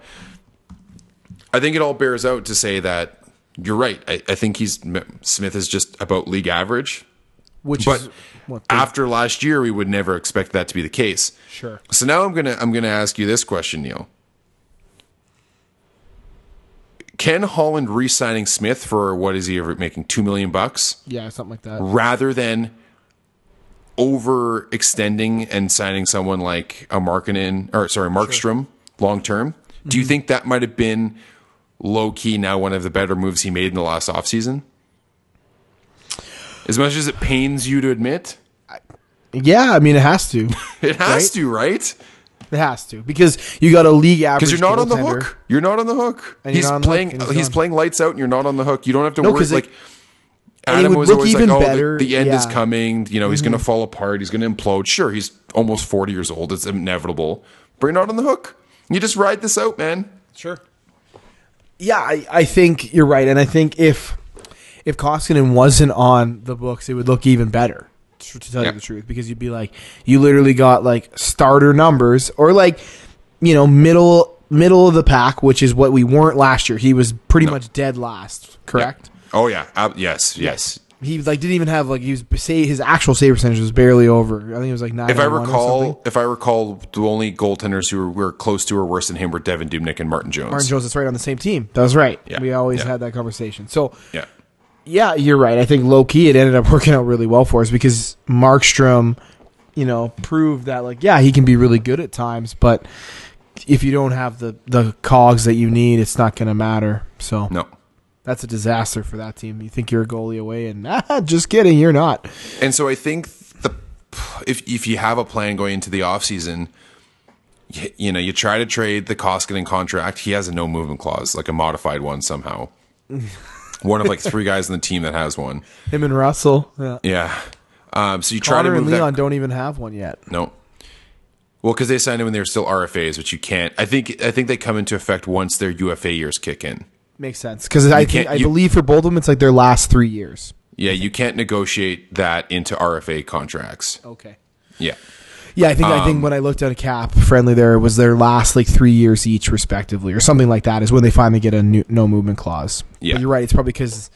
A: I think it all bears out to say that you're right. I, I think he's Smith is just about league average.
B: Which
A: But
B: is what they-
A: after last year, we would never expect that to be the case.
B: Mm-hmm. sure.
A: So now I'm gonna I'm gonna ask you this question, Neil. Can Holland re-signing Smith for what is he ever making two million bucks
B: Yeah, something like that.
A: rather than overextending and signing someone like a Markkinen or sorry Markstrom long term? Do you think that might have been low key now one of the better moves he made in the last offseason? As much as it pains you to admit,
B: Yeah, I mean it has to.
A: it has to, right?
B: It has to because you got a league average.
A: Because you're not on the
B: goaltender.
A: hook. You're not on the hook.
B: you're
A: He's
B: not on the hook,
A: playing.
B: and
A: he's
B: he's gone.
A: playing lights out, and you're not on the hook. You don't have to worry.
B: 'cause it-
A: Like
B: it
A: Adam
B: would
A: was
B: look
A: always like,
B: even
A: "Oh,
B: better,"
A: the, the end is
B: yeah. Mm-hmm.
A: coming. You know, he's going to fall apart. He's going to implode." Sure, he's almost 40 years old. It's inevitable. But you're not on the hook. You just ride this out, man.
B: Sure. Yeah, I, I think you're right, and I think if if Koskinen wasn't on the books, it would look even better. tr- To tell
A: Yeah.
B: you the truth, because you'd be like, you literally got like starter numbers or like, you know, middle middle of the pack, which is what we weren't last year. He was pretty much dead last, correct?
A: Oh yeah. Uh, yes. Yes.
B: He like didn't even have like he was say his actual save percentage was barely over. I think it was like nine.
A: If I recall, if I recall, the only goaltenders who were, were close to or worse than him were Devin Dubnik and Martin Jones.
B: Martin Jones that's right on the same team. That was right.
A: Yeah.
B: We always
A: Yeah.
B: had that conversation. So
A: Yeah.
B: yeah, you're right. I think low key it ended up working out really well for us because Markstrom, you know, proved that like yeah he can be really good at times, but if you don't have the the cogs that you need, it's not going to matter. So
A: No.
B: that's a disaster for that team. You think you're a goalie away, and ah, just kidding, you're not.
A: And so I think the if if you have a plan going into the offseason, you, you know, you try to trade the Koskinen contract. He has a no movement clause, like a modified one somehow. one of like three guys in the team that has one.
B: Him and Russell, yeah.
A: Yeah. Um, so you try
B: Connor
A: to
B: and
A: move
B: Leon
A: that.
B: don't even have one yet.
A: No. Well, because they signed him when they were still RFAs, which you can't. I think I think they come into effect once their UFA years kick in.
B: Makes sense because I think
A: can't-
B: I
A: you-
B: believe for both of them it's like their last three years.
A: Yeah, you can't negotiate that into RFA contracts.
B: Okay.
A: Yeah.
B: Yeah, I think I
A: Um,
B: think when I looked at a cap friendly, there was their last like three years each, respectively, or something like that. Is when they finally get a new, no movement clause.
A: Yeah.
B: but you're right. It's probably because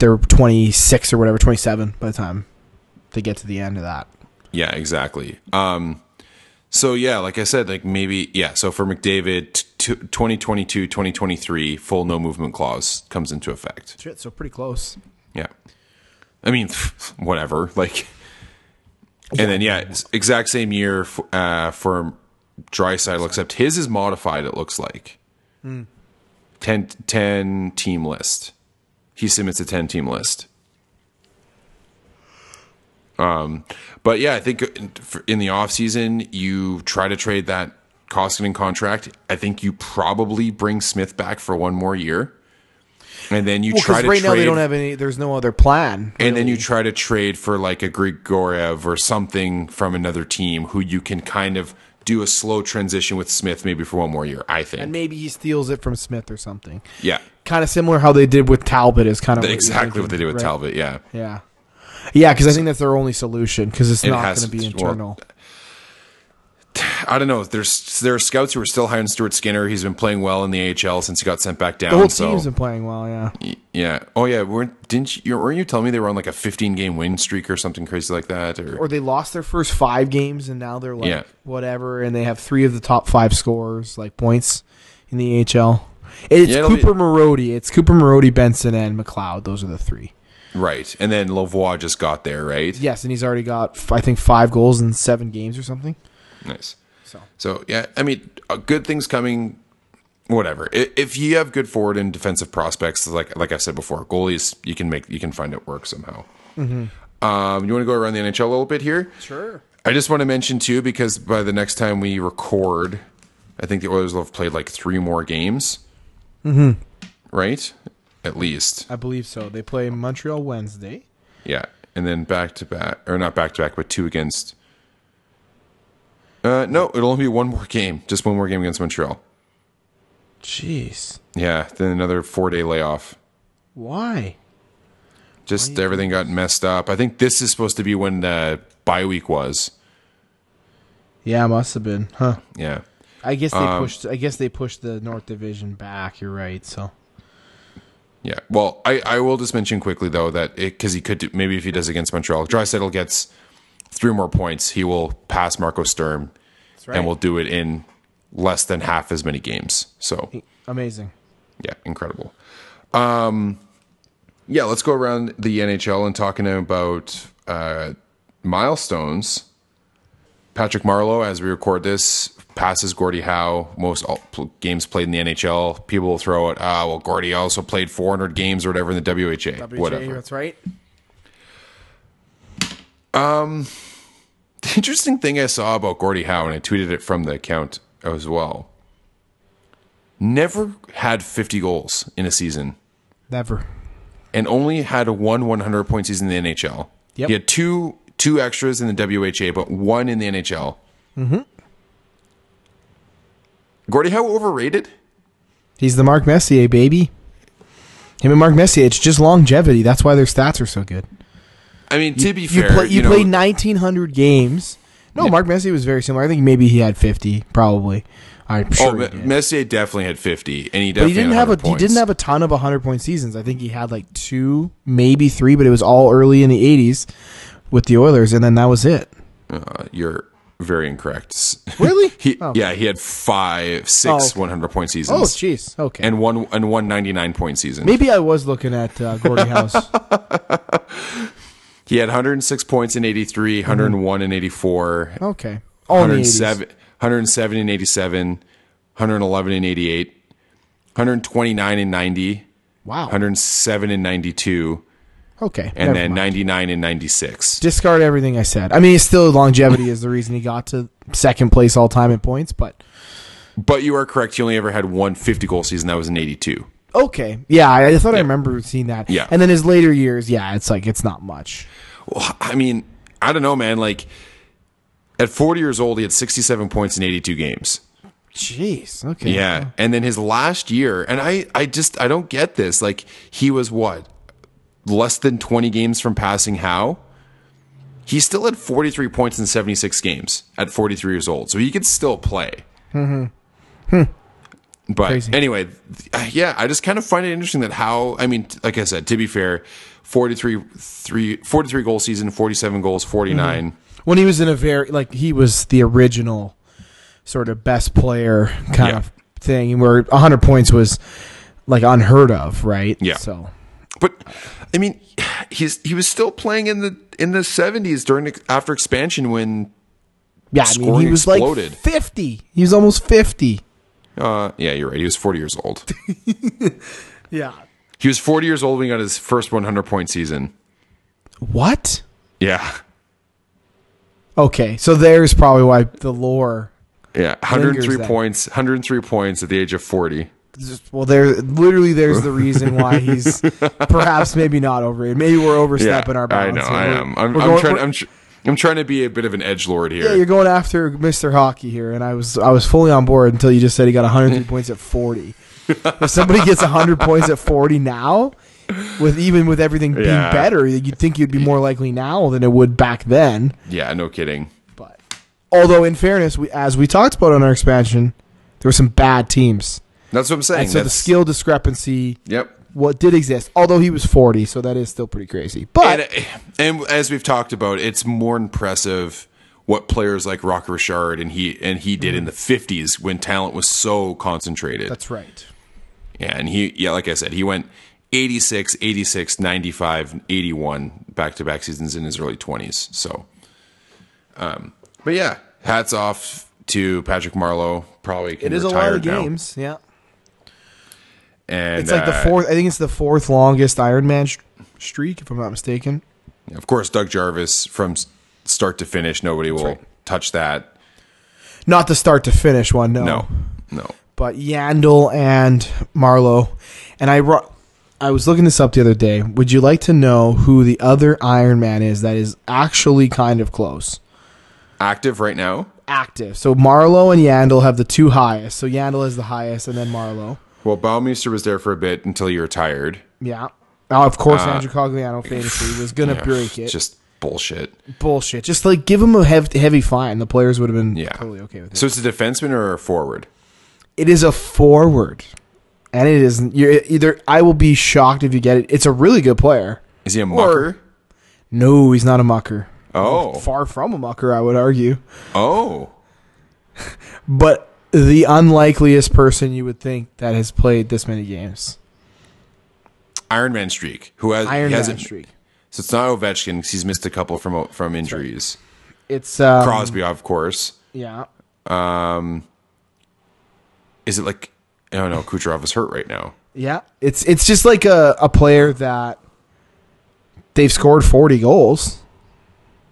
B: they're 26 or whatever, 27 by the time they get to the end of that.
A: Yeah, exactly. Um, so yeah, like I said, like maybe yeah. So for McDavid, t- t- 2022, 2023, full no movement clause comes into effect.
B: Shit, so pretty close.
A: Yeah, I mean, whatever. Like, and then yeah, s- exact same year f- uh, for Dryside, except his is modified. It looks like
B: Hmm.
A: ten ten 10 team list. He submits a ten team list. Um, But yeah, I think uh, in the offseason, you try to trade that Koskinen contract. I think you probably bring Smith back for one more year. And then you try
B: Because
A: to
B: right now
A: trade
B: they don't have any. There's no other plan.
A: and then you try to trade for like a Grigorev or something from another team who you can kind of do a slow transition with Smith maybe for one more year, I think.
B: and maybe he steals it from Smith or something.
A: yeah.
B: Kind of similar how they did with Talbot is kind of
A: Exactly what they did with Talbot, yeah.
B: Yeah, yeah, because I think that's their only solution because it's
A: It
B: not
A: has
B: going to be
A: to- well,
B: internal.
A: I don't know. There's there are scouts who are still high on Stuart Skinner. He's been playing well in the AHL since he got sent back down.
B: the whole
A: so
B: team's been playing well. Yeah.
A: Yeah. Oh yeah. Weren't didn't you weren't you telling me they were on like a 15 game win streak or something crazy like that? Or,
B: or they lost their first five games and now they're like
A: Yeah.
B: whatever, and they have three of the top five scorers like points in the AHL. It's
A: Yeah, it'll be-
B: Cooper Marody, it's Cooper Marody, Benson, and McLeod. Those are the three.
A: right. And then Lavoie just got there, right?
B: Yes, and he's already got f- I think five goals in seven games or something.
A: Nice.
B: So
A: So yeah, I mean, uh, good things coming. Whatever. I- If you have good forward and defensive prospects, like like I said before, goalies you can make you can find it work somehow. Um, you want to go around the NHL a little bit here?
B: Mm-hmm. sure,
A: I just want to mention too, because by the next time we record, I think the Oilers will have played like three more games. Mm-hmm. Right, at least.
B: I believe so. They play Montreal Wednesday.
A: Yeah, and then back to back, or not back to back, but two against. Uh, no, it'll only be one more game, just one more game against Montreal.
B: Jeez,
A: Yeah, then another four day layoff.
B: why?
A: Just everything got messed up. I think this is supposed to be when the bye week was.
B: Yeah, it must have been, huh?
A: Yeah, Um,
B: I guess they pushed. I guess they pushed the North Division back. You're right. So
A: Yeah. Well, I, I will just mention quickly though that because he could do, maybe if he does against Montreal, Drysaddle gets three more points, he will pass Marco Sturm,
B: right.
A: and will do it in less than half as many games. So
B: Amazing.
A: yeah, incredible. Um, yeah, let's go around the NHL and talking about uh, milestones. Patrick Marlowe, as we record this, passes Gordie Howe. Most all, pl- games played in the NHL. People will throw it. Ah, well, Gordie also played 400 games or whatever in the WHA.
B: WJ,
A: whatever.
B: That's right.
A: The interesting thing I saw about Gordie Howe, and I tweeted it from the account as well. Never had 50 goals in a season.
B: Never.
A: and only had one 100 point season in the NHL.
B: Yep.
A: He had two two extras in the WHA, but one in the NHL. Mm-hmm. Gordie Howe overrated.
B: He's the Mark Messier baby. Him and Mark Messier. It's just longevity. That's why their stats are so good.
A: I mean, to be
B: You
A: fair,
B: play. You,
A: know,
B: played nineteen hundred games. No, Mark Messier was very similar. I think maybe he had fifty. Probably. I'm
A: oh,
B: sure. he
A: Me-
B: did.
A: Messier definitely had fifty, and he
B: But
A: definitely
B: he didn't
A: had
B: have a
A: 100
B: he didn't
A: points.
B: have a ton of 100 point seasons. I think he had like two, maybe three, but it was all early in the 80s with the Oilers and then that was it.
A: Uh, you're very incorrect.
B: Really?
A: he,
B: Oh.
A: Yeah, he had five, six
B: Oh, okay.
A: 100 point seasons.
B: Oh jeez. Okay.
A: and one and one 99 point season.
B: maybe I was looking at uh, Gordie House.
A: He had 106 points in 83, 101 in 84,
B: Okay. All in the 80s.
A: 107, 107 in 87, 111 in 88, 129 in 90,
B: Wow.
A: 107 in 92,
B: Okay.
A: and
B: never
A: then
B: mind.
A: 99 in 96.
B: discard everything I said. I mean, it's still longevity is the reason he got to second place all time in points, but
A: But you are correct. He only ever had one 50 goal season. That was in 82.
B: okay. Yeah, I, I thought I remember seeing that.
A: Yeah.
B: And then his later years, yeah, it's like it's not much.
A: Well, I mean, I don't know, man. Like, at 40 years old, he had 67 points in 82 games.
B: Jeez. Okay.
A: Yeah. And then his last year, and I, I just, I don't get this. Like, he was what? Less than 20 games from passing how? He still had 43 points in 76 games at 43 years old. So he could still play. Mm-hmm. But
B: Crazy.
A: anyway, th- uh, yeah, I just kind of find it interesting that how, I mean, t- like I said, to be fair, 43, three, 43 goal season, 47 goals, 49.
B: when he was in a very like he was the original sort of best player kind
A: Yeah.
B: of thing where 100 points was like unheard of right
A: Yeah.
B: so
A: But I mean, he's he was still playing in the in the seventies during after expansion when
B: yeah i mean he
A: Scoring
B: was
A: exploded.
B: like 50 he was almost 50
A: uh yeah you're right he was forty years old
B: yeah
A: he was forty years old when he got his first one hundred point season
B: what
A: yeah
B: okay so there's probably why the lore
A: yeah hundred three
B: that.
A: points hundred three points at the age of forty
B: just- well there literally there's the reason why he's perhaps maybe not over it maybe we're overstepping
A: yeah
B: our bounds
A: I know
B: here.
A: I
B: We're-
A: am I'm,
B: we're
A: I'm
B: going-
A: trying
B: we're-
A: I'm tr- I'm trying to be a bit of an edge lord here
B: Yeah, you're going after Mr. Hockey here, and I was I was fully on board until you just said he got 103 points at 40. If somebody gets 100 points at 40 now, with even with everything being
A: Yeah.
B: better, you'd think you'd be more likely now than it would back then.
A: yeah no kidding
B: But although, in fairness, we, as we talked about on our expansion, there were some bad teams,
A: that's what I'm saying
B: and so the
A: That's-
B: skill discrepancy
A: yep
B: what did exist. Although he was 40, so that is still pretty crazy. But
A: and, and as we've talked about, it's more impressive what players like Rock Richard and he and he did in the fifties when talent was so concentrated.
B: that's right.
A: yeah, and he yeah, like I said, he went 86, 86, 95, 81 back to back seasons in his early twenties. So um but yeah, hats off to Patrick Marlowe. Probably can
B: It is a
A: retire
B: lot of
A: now.
B: games. Yeah.
A: And
B: It's like the
A: uh,
B: fourth. I think it's the fourth longest Iron Man sh- streak, if I'm not mistaken.
A: uh, Of course, Doug Jarvis from s- start to finish. Nobody will touch that.
B: Not the start to finish one, no.
A: No, no.
B: But Yandel and Marlowe, and I. Ru- I was looking this up the other day. Would you like to know who the other Iron Man is that is actually kind of close?
A: Active right now.
B: Active. So Marlowe and Yandel have the two highest. So Yandel is the highest, and then Marlowe.
A: Well, Baumeister was there for a bit until you retired.
B: Yeah. Now, of course, Andrew Cogliano famously was going to break it.
A: Uh, Just bullshit.
B: Bullshit. Just like give him a hev- heavy fine. The players would have been
A: Yeah.
B: totally okay with it.
A: So it's a defenseman or a forward?
B: It is a forward. and it isn't. You're either I will be shocked if you get it. It's a really good player.
A: Is he a mucker?
B: No, he's not a mucker.
A: Oh.
B: Far from a mucker, I would argue.
A: Oh.
B: But the unlikeliest person you would think that has played this many games.
A: Iron Man streak. Who has
B: Iron
A: he
B: Man
A: hasn't-
B: streak.
A: So it's not Ovechkin 'cause he's missed a couple from from injuries.
B: It's um,
A: Crosby, of course.
B: Yeah.
A: Is it like I don't know? Kucherov is hurt right now.
B: Yeah, it's it's just like a, a player that they've scored forty goals.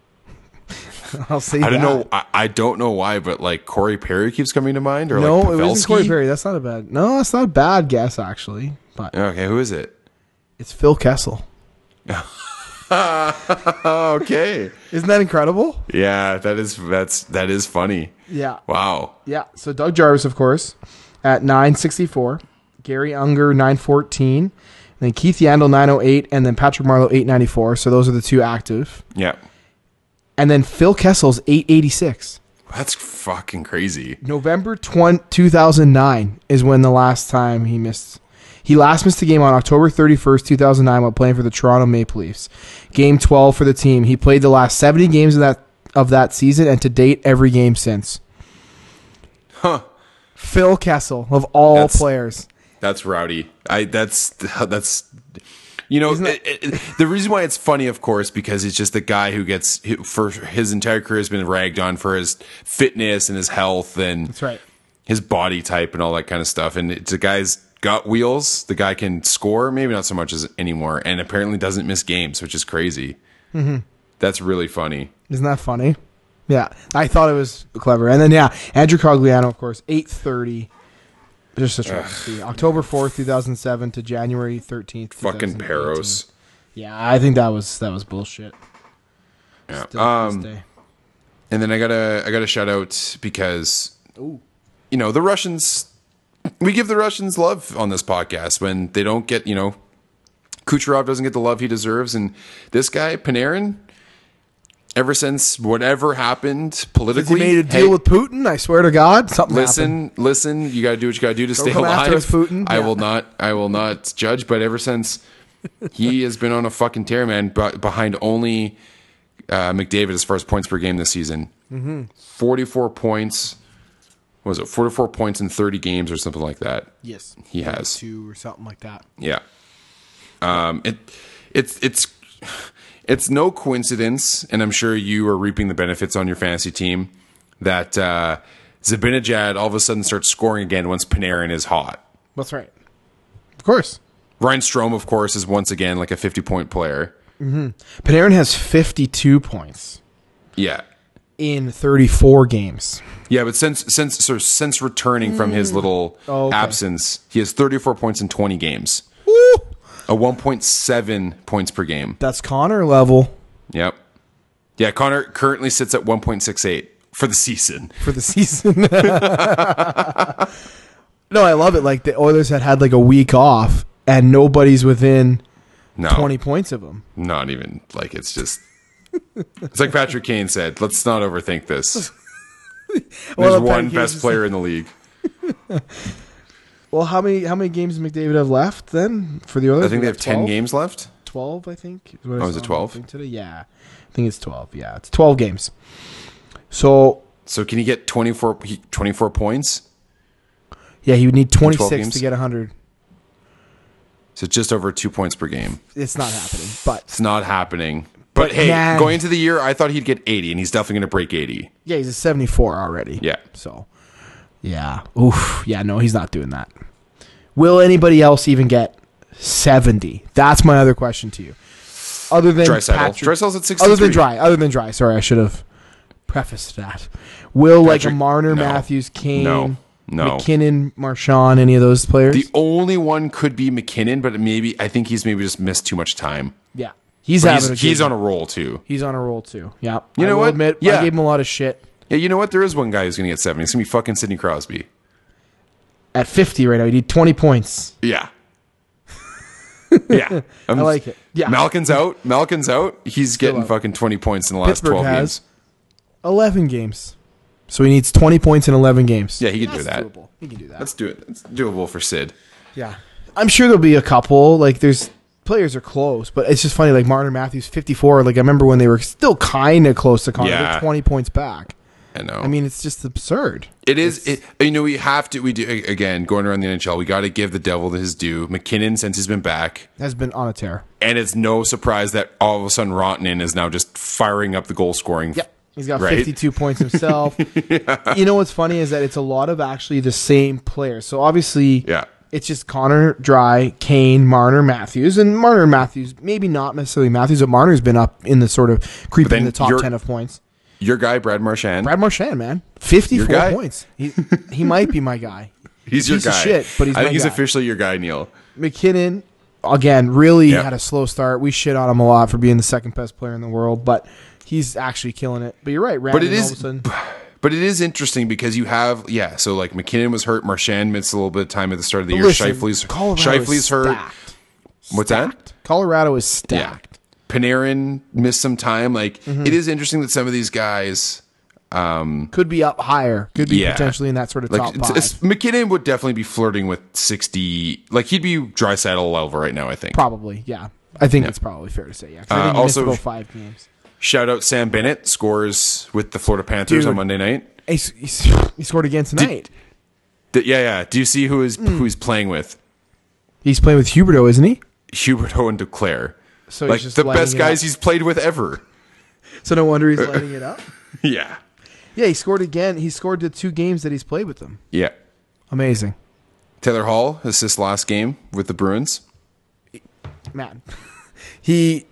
B: I'll say.
A: I don't
B: that.
A: know. I, I don't know why, but like Corey Perry keeps coming to mind, or
B: No,
A: like
B: it wasn't
A: Pavelski.
B: Corey Perry. That's not a bad. No, that's not a bad guess actually. But
A: Okay, who is it?
B: it's Phil Kessel.
A: Oh, Okay,
B: Isn't that incredible?
A: yeah, that is that's that is funny.
B: Yeah.
A: Wow.
B: Yeah. So Doug Jarvis, of course, at nine sixty four, Gary Unger nine fourteen, then Keith Yandel nine oh eight, and then Patrick Marlowe eight ninety four. So those are the two active,
A: Yeah,
B: and then Phil Kessel's eight eighty six.
A: that's fucking crazy.
B: November 20, 2009 is when the last time he missed. He last missed the game on October 31st, 2009, while playing for the Toronto Maple Leafs. Game 12 for the team. He played the last 70 games of that, of that season, and to date, every game since. Huh. Phil Kessel, of all
A: That's-
B: players.
A: That's rowdy. I that's that's you know it- it- the reason why it's funny, of course, because it's just the guy who gets who- for his entire career has been ragged on for his fitness and his health and
B: That's right.
A: his body type and all that kind of stuff. And it's a guy's got wheels. The guy can score, maybe not so much as anymore, and apparently doesn't miss games, which is crazy.
B: Mm-hmm.
A: That's really funny.
B: Isn't that funny? Yeah, I thought it was clever. And then yeah, Andrew Cogliano, of course, eight thirty. Just a travesty. October fourth, two thousand seven, to January thirteenth.
A: Fucking Peros.
B: Yeah, I think that was that was bullshit.
A: Yeah. um,
B: Still to this day.
A: And then I gotta I gotta shout out because you know the Russians we give the Russians love on this podcast when they don't get you know Kucherov doesn't get the love he deserves and this guy Panarin ever since whatever happened
B: Since he
A: politically
B: made a
A: hey,
B: deal with Putin. I swear to God, something. happened.
A: listen listen you gotta do what you gotta do to stay
B: come
A: alive
B: after us, Putin.
A: I
B: Yeah.
A: will not I will not judge but ever since he has been on a fucking tear man but behind only uh, McDavid as far as points per game this season
B: Mm-hmm.
A: 44 points what was it 44 points in 30 games or something like that
B: Yes,
A: he has
B: two or something like that.
A: yeah. Um, it it's it's it's no coincidence, and I'm sure you are reaping the benefits on your fantasy team that uh, Zabinajad all of a sudden starts scoring again once Panarin is hot.
B: That's right. Of course,
A: Ryan Strom, of course, is once again like a 50 point player.
B: Panarin has fifty-two points
A: Yeah,
B: in thirty-four games.
A: yeah, but since since so since returning from his little
B: Oh, okay.
A: absence, he has 34 points in 20 games,
B: Woo!
A: a 1.7 points per game.
B: That's Connor level
A: Yep. Yeah, Connor currently sits at 1.68 for the season.
B: for the season. no, I love it. Like the Oilers had had like a week off, and nobody's within
A: No,
B: twenty points of them.
A: not even like it's just. It's like Patrick Kane said. Let's not overthink this. There's
B: Well,
A: one
B: Patrick Kane
A: best
B: just-
A: player in the league.
B: Well, how many how many games does McDavid have left then for the Oilers?
A: I think they have ten
B: 12?
A: games left.
B: Twelve, I think. what I
A: Oh, is it
B: saw, I
A: 12?
B: think, Today, yeah, I think it's twelve. Yeah, it's twelve games. So
A: So can he get 24, he- 24 points?
B: yeah, he would need twenty six
A: games?
B: to get hundred.
A: So just over two points per game.
B: It's not happening, but
A: It's not happening. But,
B: But
A: hey,
B: man-
A: going into the year, I thought he'd get eighty, and he's definitely going to break eighty.
B: yeah, he's a seventy four already.
A: Yeah.
B: So, yeah. Oof. Yeah, no, he's not doing that. Will anybody else even get 70? That's my other question to you. Other than
A: Dry saddle.
B: Patrick-
A: Dry saddle's at sixty.
B: other than dry, other than dry. Sorry, I should have prefaced that. Will
A: Patrick-
B: like a Marner,
A: no.
B: Matthews, Kane,
A: No. No.
B: McKinnon, Marchand, any of those players?
A: The only one could be McKinnon, but maybe I think he's maybe just missed too much time.
B: yeah, he's
A: But
B: having
A: he's,
B: a
A: he's on
B: a
A: a roll too.
B: he's on a roll too. Yeah,
A: You
B: I
A: know
B: will
A: what?
B: Admit,
A: Yeah.
B: I gave him a lot of shit
A: Yeah, you know what? There is one guy who's going to get seventy. It's going to be fucking Sidney Crosby.
B: at 50 right now. He need 20 points.
A: Yeah. yeah. I'm-
B: I like it. Yeah,
A: Malkin's out. Malkin's out. He's getting
B: out.
A: fucking 20 points in the last
B: Pittsburgh
A: 12
B: has.
A: games.
B: 11 games. So he needs 20 points in 11 games.
A: Yeah, he can do that.
B: He can do that.
A: Let's do it. That's doable for Sid.
B: Yeah. I'm sure there'll be a couple. Like there's players are close, but it's just funny. Like Martin Matthews, 54. Like I remember when they were still kind of close to Connor, they're
A: Yeah.
B: 20 points back.
A: I know.
B: I mean, it's just absurd.
A: It is. It, you know, we have to. We do again. Going around the NHL, we got to give the devil his due. McKinnon, since he's been back,
B: Has been on a tear.
A: and it's no surprise that all of a sudden Rottanen is now just firing up the goal scoring.
B: Yep. He's got
A: Right.
B: 52 points himself. You know what's funny is that it's a lot of actually the same players. So obviously,
A: Yeah.
B: it's just Connor, Dry, Kane, Marner, Matthews, and Marner, Matthews. Maybe not necessarily Matthews, but Marner's been up in the sort of creeping in
A: then
B: the top
A: you're-
B: 10 of points.
A: Your guy Brad Marchand.
B: Brad Marchand, man, 54
A: guy.
B: points. He, he might be my guy.
A: he's your
B: piece of
A: guy.
B: shit, but he's
A: I
B: my
A: think he's
B: guy.
A: officially your guy, Neil.
B: McKinnon, again, really
A: Yeah.
B: had a slow start. We shit on him a lot for being the second best player in the world, but he's actually killing it. But you're right, Randy.
A: it is-
B: all of a sudden,
A: But it is interesting because you have yeah. So like McKinnon was hurt. Marchand missed a little bit of time at the start of the year.
B: listen,
A: Shifley's
B: Colorado is
A: Shifley's hurt.
B: stacked.
A: What's that?
B: Colorado is stacked.
A: Panarin missed some time. Like
B: Mm-hmm.
A: it is interesting that some of these guys.
B: Could be up higher. Could be
A: Yeah.
B: potentially in that sort of top
A: Like
B: five.
A: it's, it's, McKinnon would definitely be flirting with sixty. Like he'd be dry saddle level right now. I think.
B: probably, yeah. I think it's probably fair to say, yeah. 'cause I
A: Uh,
B: think he missed
A: also-
B: about five games.
A: Shout out Sam Bennett scores with the Florida Panthers
B: Dude.
A: on Monday night.
B: He, s- he s- he scored again tonight.
A: D- yeah, yeah. Do you see who is
B: Mm.
A: who he's playing with?
B: He's playing with Huberto, isn't he?
A: Huberto and Duclair.
B: So he's
A: like
B: just
A: the
B: lighting
A: best
B: it
A: guys
B: up.
A: he's played with ever.
B: So no wonder he's
A: Uh,
B: lighting it up.
A: yeah.
B: Yeah, he scored again. He scored the two games that he's played with them.
A: Yeah.
B: Amazing.
A: Taylor Hall assists last game with the Bruins.
B: man. he,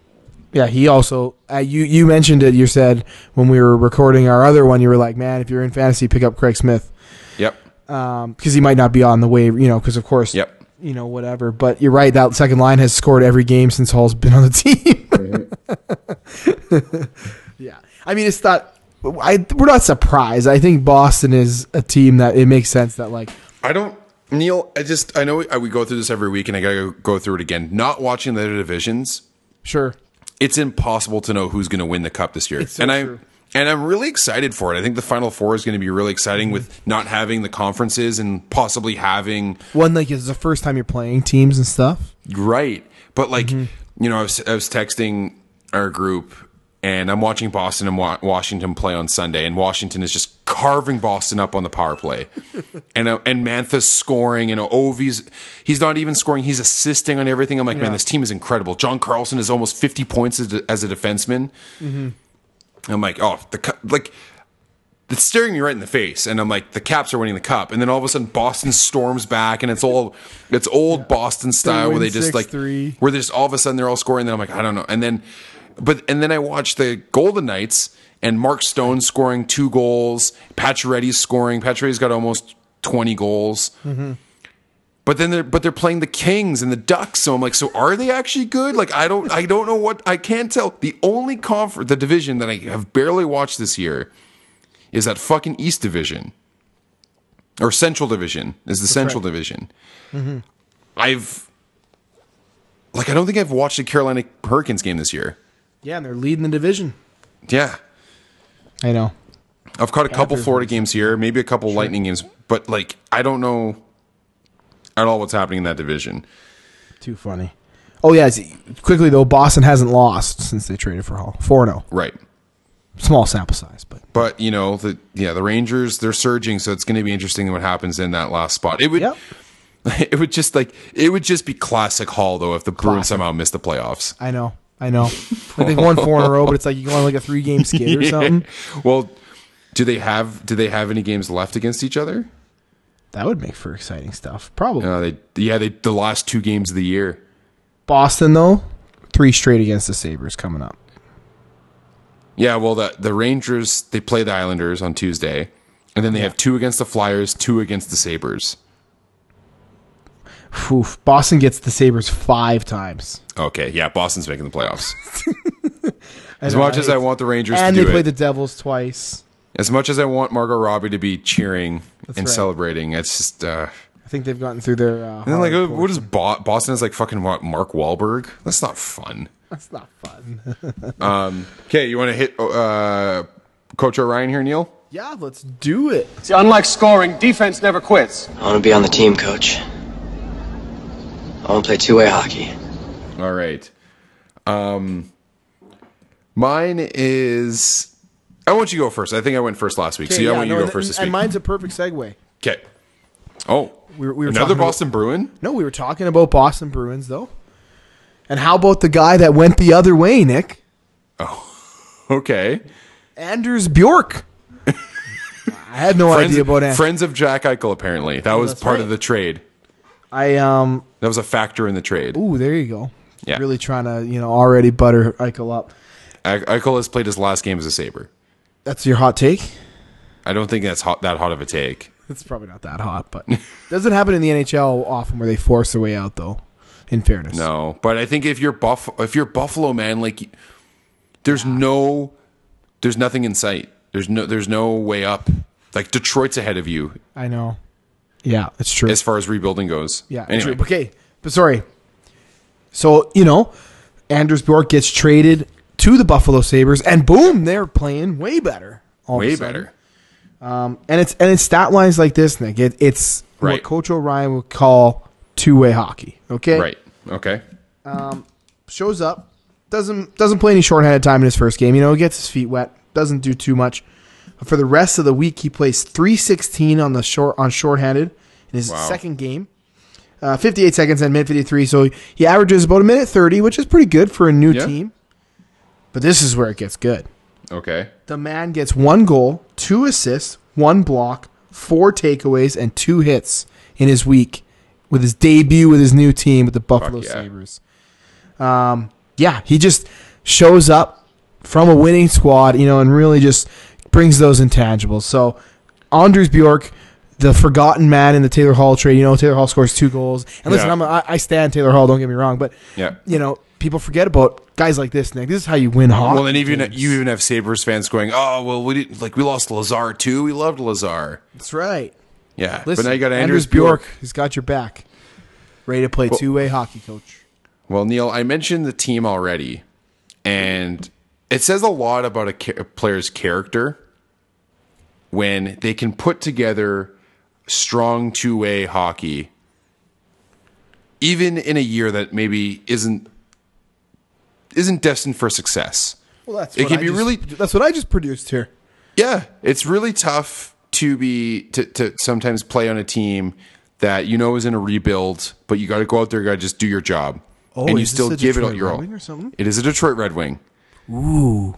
B: yeah, he also. Uh, you you mentioned it. You said when we were recording our other one, you were like, man, if you're in fantasy, pick up Craig Smith
A: Yep.
B: because Um, he might not be on the wave, you know, because of course,
A: Yep.
B: you know, whatever. But you're right. That second line has scored every game since Hall's been on the team. yeah, I mean, it's not. I, we're not surprised. I think Boston is a team that it makes sense that like
A: I don't, Neil. I just I know we, we go through this every week, and I gotta go through it again. Not watching the other divisions,
B: sure
A: it's impossible to know who's going to win the cup this year.
B: so
A: and I
B: true.
A: and I'm really excited for it. I think the final four is going to be really exciting
B: Mm-hmm.
A: with not having the conferences and possibly having
B: one like it's the first time you're playing teams and stuff.
A: right. But like you know, I was, I was texting our group. And I'm watching Boston and Wa- Washington play on Sunday, and Washington is just carving Boston up on the power play, and uh, and Mantha's scoring, and uh, Ovi's he's not even scoring, he's assisting on everything. I'm like, man, this team is incredible. John Carlson is almost 50 points as a, as a defenseman. I'm like, oh, the cu- like it's staring me right in the face, and I'm like, the Caps are winning the cup, and then all of a sudden Boston storms back, and it's all it's old Boston style where
B: win
A: they just like
B: 6-3.
A: where there's all of a sudden they're all scoring. Then I'm like, I don't know, and then but and then I watch the Golden Knights and Mark Stone scoring two goals, Pacioretty scoring. Pacioretty's got almost 20 goals. But then they're but they're playing the Kings and the Ducks, so I'm like, so are they actually good? Like I don't I don't know what I can't tell. The only conference the division that I have barely watched this year is that fucking East Division. Or Central Division is the Central Division. I've like I don't think I've watched a Carolina Hurricanes game this year.
B: Yeah, and they're leading the division.
A: Yeah.
B: I know.
A: I've caught a couple Florida games here, maybe a couple Lightning games, but like I don't know at all what's happening in that division.
B: Too funny. Oh yeah, it's- quickly though, Boston hasn't lost since they traded for Hall. Four zero.
A: Right.
B: Small sample size, but
A: But you know, the yeah, the Rangers they're surging, so it's going to be interesting what happens in that last spot. It would
B: Yep.
A: it would just like it would just be classic Hall though if the Bruins somehow missed the playoffs.
B: I know, I know. I think won four in a row, but it's like you go on like a three game skid or something.
A: Well, do they have do they have any games left against each other?
B: That would make for exciting stuff. Probably
A: No, they yeah, they the last two games of the year.
B: Boston though, three straight against the Sabers coming up.
A: Yeah, well the the Rangers they play the Islanders on Tuesday, and then they have two against the Flyers, two against the Sabres.
B: Oof, Boston gets the Sabers five times.
A: Okay, yeah, Boston's making the playoffs. As much as I want the Rangers
B: and
A: to
B: they
A: do
B: play
A: it,
B: the Devils twice.
A: as much as I want Margot Robbie to be cheering and
B: right.
A: celebrating, it's just uh,
B: I think they've gotten through their. Uh,
A: and then like
B: hard
A: oh,
B: core.
A: what is Bo- Boston is like fucking what Mark Wahlberg? That's not fun.
B: that's not fun.
A: Okay, you want to hit uh, Coach O'Ryan here, Neil?
B: yeah, let's do it.
D: See, unlike scoring, defense never quits.
E: I want to be on the team, coach.
D: want to play two way hockey.
A: All right. Um, mine is. I want you to go first. I think I went first last week, so yeah, I want you to go first this
B: and
A: week.
B: mine's a perfect segue.
A: okay. Oh,
B: We were- we were
A: another
B: talking about-
A: Boston Bruin.
B: No, we were talking about Boston Bruins though. And how about the guy that went the other way, Nick?
A: Okay.
B: Anders Bjork. I had no
A: Friends,
B: idea about Anders.
A: friends of Jack Eichel. Apparently, that was
B: that's
A: part
B: right.
A: of the trade.
B: I um
A: That was a factor in the trade.
B: ooh, there you go.
A: Yeah.
B: Really trying to, you know, already butter Eichel up.
A: Eich- Eichel has played his last game as a Saber.
B: That's your hot take?
A: I don't think that's hot, that hot of a take.
B: It's probably not that hot, but doesn't happen in the NHL often where they force their way out though. In fairness.
A: No, but I think if you're buff, if you're Buffalo man, like there's no, there's nothing in sight. There's no, there's no way up. Like Detroit's ahead of you
B: I know. Yeah, it's true.
A: as far as rebuilding goes.
B: Yeah.
A: Anyway,
B: True. Okay. But sorry. So, you know, Anders Bjork gets traded to the Buffalo Sabres and boom, they're playing way better. all of a
A: way
B: sudden.
A: better.
B: And it's and it's stat lines like this, Nick. It, it's
A: Right.
B: what Coach O'Ryan would call two way hockey. Okay.
A: Right. Okay.
B: Shows up, doesn't doesn't play any shorthanded time in his first game. You know, gets his feet wet, doesn't do too much. For the rest of the week, he plays three sixteen on the short on shorthanded in his
A: Wow.
B: second game. Uh, 58 seconds and minute 53, so he averages about a minute 30, which is pretty good for a new
A: Yeah.
B: team. But this is where it gets good.
A: Okay.
B: The man gets one goal, two assists, one block, four takeaways, and two hits in his week with his debut with his new team with the Buffalo
A: yeah.
B: Sabres. Um, yeah, he just shows up from a winning squad, you know, and really just brings those intangibles. So, Anders Bjork, the forgotten man in the Taylor Hall trade, you know, Taylor Hall scores two goals. And listen,
A: Yeah.
B: I'm a, I, I stand Taylor Hall, don't get me wrong, but,
A: Yeah.
B: you know, people forget about guys like this, Nick. This is how you win hockey.
A: Well, and even
B: games.
A: you even have Sabres fans going, "Oh, well, we didn't, like we lost Lazar too. We loved Lazar."
B: That's right.
A: Yeah,
B: Listen,
A: but now you got
B: Anders, Bjork. He's got your back. Ready to play two way hockey, coach.
A: Well, Neil, I mentioned the team already, and it says a lot about a, cha- a player's character when they can put together strong two way hockey, even in a year that maybe isn't isn't destined for success.
B: Well, that's
A: It what can I be just- really-
B: That's what I just produced here.
A: Yeah, it's really tough to be to, to sometimes play on a team that you know is in a rebuild, but you got to go out there, you got to just do your job,
B: Oh,
A: and you
B: is this
A: still
B: the
A: give it all
B: Detroit
A: your
B: Red
A: all.
B: Wing or something?
A: It is a Detroit Red Wing.
B: Ooh,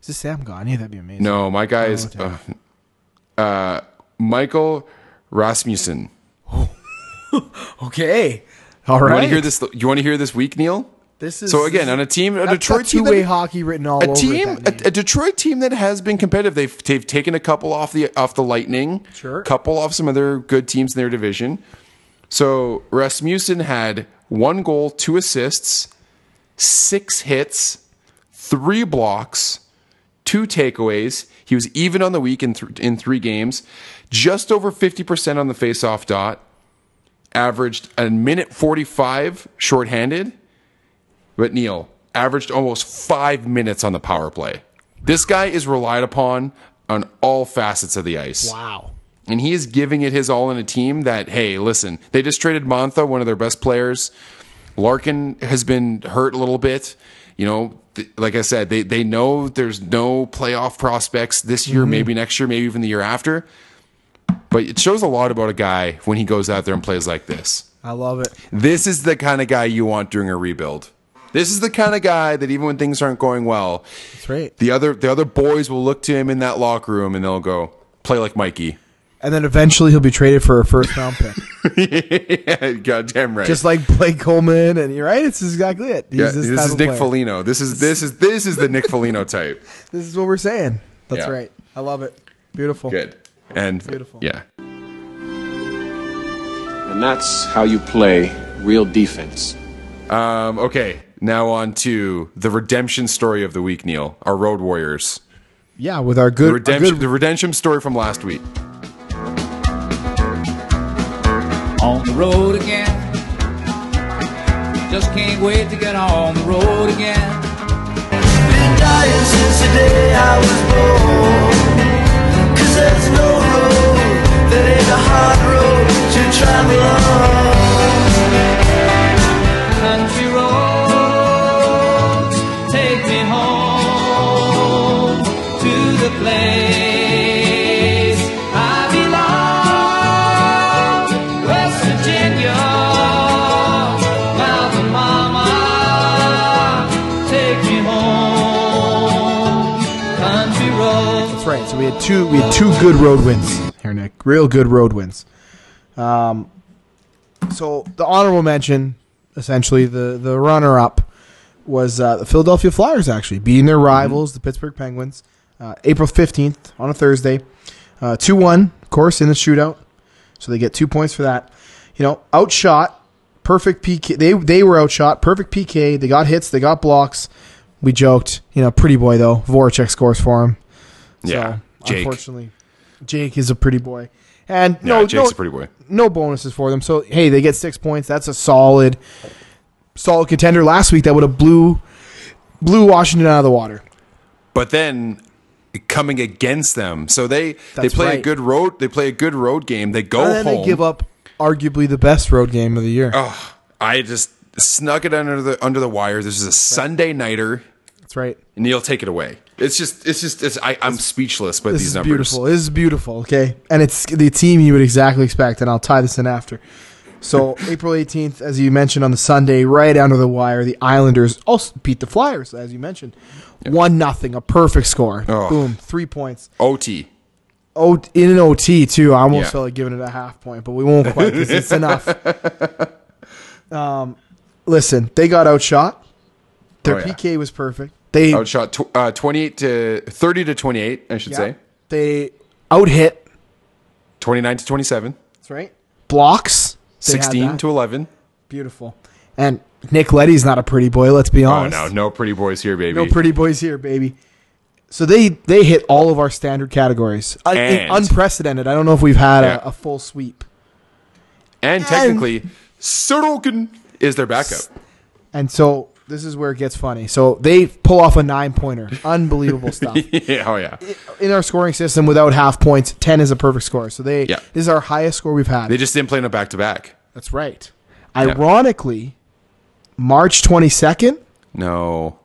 B: is this Sam Gagne? That'd be amazing.
A: No, my guy is
B: Oh,
A: uh, uh, Michael Rasmussen.
B: Okay, all
A: You
B: right.
A: want to hear this? You want to hear this week, Neil?
B: This is
A: so again on a team, a
B: that's
A: Detroit
B: two
A: team,
B: way
A: that,
B: hockey written all
A: a
B: over
A: team,
B: It,
A: a,
B: that name.
A: a Detroit team that has been competitive. They've they've taken a couple off the off the Lightning,
B: Sure.
A: couple off some other good teams in their division. So Rasmussen had one goal, two assists, six hits, three blocks, two takeaways. He was even on the week in th- in three games, just over fifty percent on the faceoff dot. Averaged a minute forty five shorthanded, but Neil averaged almost five minutes on the power play. This guy is relied upon on all facets of the ice
B: wow,
A: and he is giving it his all in a team that hey listen they just traded Mantha one of their best players Larkin has been hurt a little bit you know th- like I said they they know there's no playoff prospects this year maybe next year maybe even the year after but it shows a lot about a guy when he goes out there and plays like this
B: I love it.
A: this is the kind of guy you want during a rebuild this is the kind of guy that even when things aren't going well
B: That's right.
A: the other the other boys will look to him in that locker room and they'll go play like Mikey
B: And then eventually he'll be traded for a first round pick,
A: yeah, goddamn right.
B: just like Blake Coleman. And you're right. It's exactly it. He's
A: yeah,
B: this
A: this,
B: type
A: is
B: of
A: Nick
B: player.
A: Foligno. This is this is this is the Nick Foligno type.
B: This is what we're saying. That's
A: Yeah.
B: right. I love it. Beautiful.
A: Good and
B: Beautiful.
A: Yeah,
E: And that's how you play real defense.
A: Um, okay, now on to the redemption story of the week, Neil. Our Road Warriors.
B: Yeah, with our
A: The
B: good, our
A: redemption,
B: good
A: the redemption story from last week.
F: on the road again. Just can't wait to get on the road again.
G: Been dying since the day I was born. 'Cause there's no road that ain't a hard road to travel on.
B: So we had two we had two good road wins here, Nick. Real good road wins. Um, so the honorable mention, essentially the the runner up, was uh, the Philadelphia Flyers actually beating their rivals, the Pittsburgh Penguins, uh, April fifteenth on a Thursday, Uh, two one, of course, in the shootout. So they get two points for that. You know, outshot, perfect PK. They they were outshot, perfect PK. They got hits, they got blocks. We joked, you know, pretty boy though. Voracek scores for him.
A: Yeah,
B: So,
A: Jake.
B: Unfortunately, Jake is a pretty boy, and
A: Yeah,
B: no,
A: Jake's
B: no,
A: a pretty boy.
B: no bonuses for them. So hey, they get six points. That's a solid, solid contender. Last week that would have blew, blew Washington out of the water.
A: But then coming against them, so they they
B: That's
A: play a
B: right.
A: good road. They play a good road game. They go
B: and then
A: home.
B: they give up arguably the best road game of the year.
A: Ugh, I just snuck it under the under the wire. This is a Sunday nighter.
B: That's right.
A: Neil, take it away. It's just, it's just, it's. I, I'm speechless by
B: This
A: these
B: is
A: numbers.
B: beautiful. This is beautiful. Okay, and it's the team you would exactly expect, and I'll tie this in after. So April eighteenth, as you mentioned on the Sunday, right under the wire, the Islanders also beat the Flyers, as you mentioned, one nothing, a perfect score.
A: Oh.
B: Boom, three points.
A: OT.
B: O- in an OT too. I almost
A: Yeah.
B: felt like giving it a half point, but we won't quite because it's enough. Um, listen, they got outshot. Their
A: Oh, yeah.
B: PK was perfect. They
A: Outshot tw- uh, 28 to 30 to 28, I should
B: yeah,
A: say.
B: they out hit.
A: 29 to 27,
B: That's right. Blocks. They had
A: 16
B: that.
A: to 11.
B: beautiful. And Nick Letty's not a pretty boy. Let's be
A: Oh
B: honest.
A: no, no pretty boys here, baby.
B: No pretty boys here, baby. So they they hit all of our standard categories. Un-
A: And-
B: unprecedented. I don't know if we've had
A: Yeah.
B: a, a full sweep.
A: and technically, Sorokin is their backup.
B: And so this is where it gets funny. So they pull off a nine pointer. Unbelievable stuff.
A: yeah, oh yeah.
B: In our scoring system, without half points, 10 is a perfect score. So they,
A: Yeah.
B: this is our highest score we've had.
A: They just didn't play in a back to back.
B: That's right. Ironically, March 22nd,
A: No.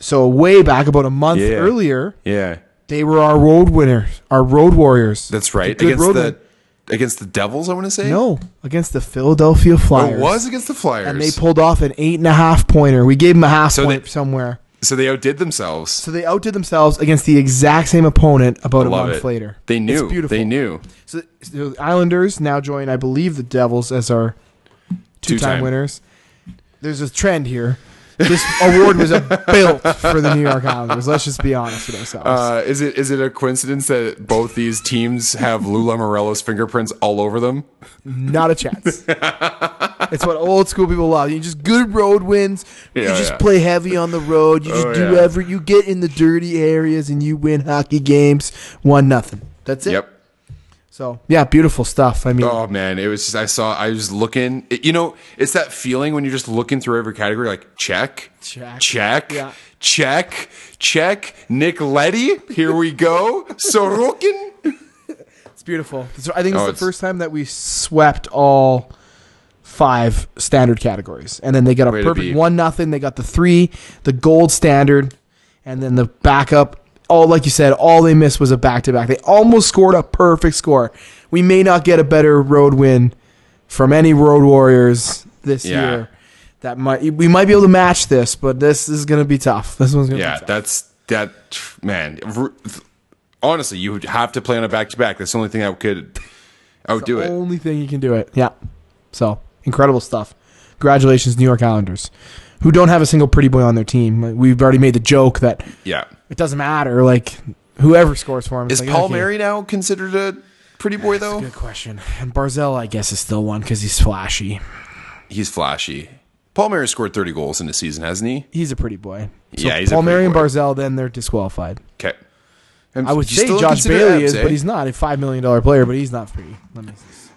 B: so way back about a month
A: Yeah.
B: earlier,
A: Yeah,
B: they were our road winners, our road warriors.
A: that's right.
B: The good
A: against
B: road
A: the
B: win-
A: against the Devils, I want to say.
B: No, against the Philadelphia
A: Oh, it
B: Flyers.
A: was against the Flyers.
B: And they pulled off an eight and a half pointer. We gave them a half
A: So
B: point
A: they-
B: somewhere.
A: so they outdid themselves.
B: So they outdid themselves against the exact same opponent about a
A: Love
B: month
A: it.
B: later.
A: They knew.
B: It's beautiful.
A: They knew.
B: So the Islanders now join, I believe, the Devils as our two-time,
A: Two-time.
B: winners. There's a trend here. This award was a built for the New York Islanders. Let's just be honest with ourselves.
A: Uh, is it is it a coincidence that both these teams have Lula Morello's fingerprints all over them?
B: Not a chance. it's what old school people love. You just good road wins. you
A: Yeah,
B: just
A: yeah.
B: play heavy on the road. You just
A: Oh,
B: do
A: yeah.
B: every. You get in the dirty areas and you win hockey games. One nothing. That's it.
A: Yep.
B: So yeah, beautiful stuff. I mean,
A: Oh man, it was just I saw I was looking. It, you know, it's that feeling when you're just looking through every category, like check,
B: Check.
A: check,
B: Yeah.
A: check, check. Nick Letty, here we go. Sorokin.
B: It's beautiful. So I think
A: Oh,
B: it's the
A: it's-
B: first time that we swept all five standard categories, and then they got a
A: Way to be.
B: perfect one nothing. They got the three, the gold standard, and then the backup. All like you said, all they missed was a back to back. They almost scored a perfect score. We may not get a better road win from any road warriors this
A: Yeah.
B: year. That might we might be able to match this, but this is going to be tough. This one's going to
A: Yeah,
B: be tough.
A: that's that man. r- Honestly, you would have to play on a back to back. That's the only thing that could outdo it.
B: Only thing you can do it. Yeah. So incredible stuff. Congratulations, New York Islanders, who don't have a single pretty boy on their team. Like, We've already made the joke that
A: Yeah.
B: it doesn't matter. Like whoever scores for him
A: Is
B: like,
A: Paul
B: okay.
A: Mary now considered a pretty boy though?
B: Good question. And Barzell, I guess, is still one because he's flashy.
A: he's flashy. Paul Mary scored 30 goals in the season, hasn't he?
B: He's a pretty boy.
A: Yeah, he's a
B: Paul
A: pretty
B: Mary and
A: boy.
B: Barzell, then they're disqualified.
A: Okay.
B: I would say Josh Bailey is,
A: eh?
B: but he's not a five million dollar player. But he's not pretty. Let me. See.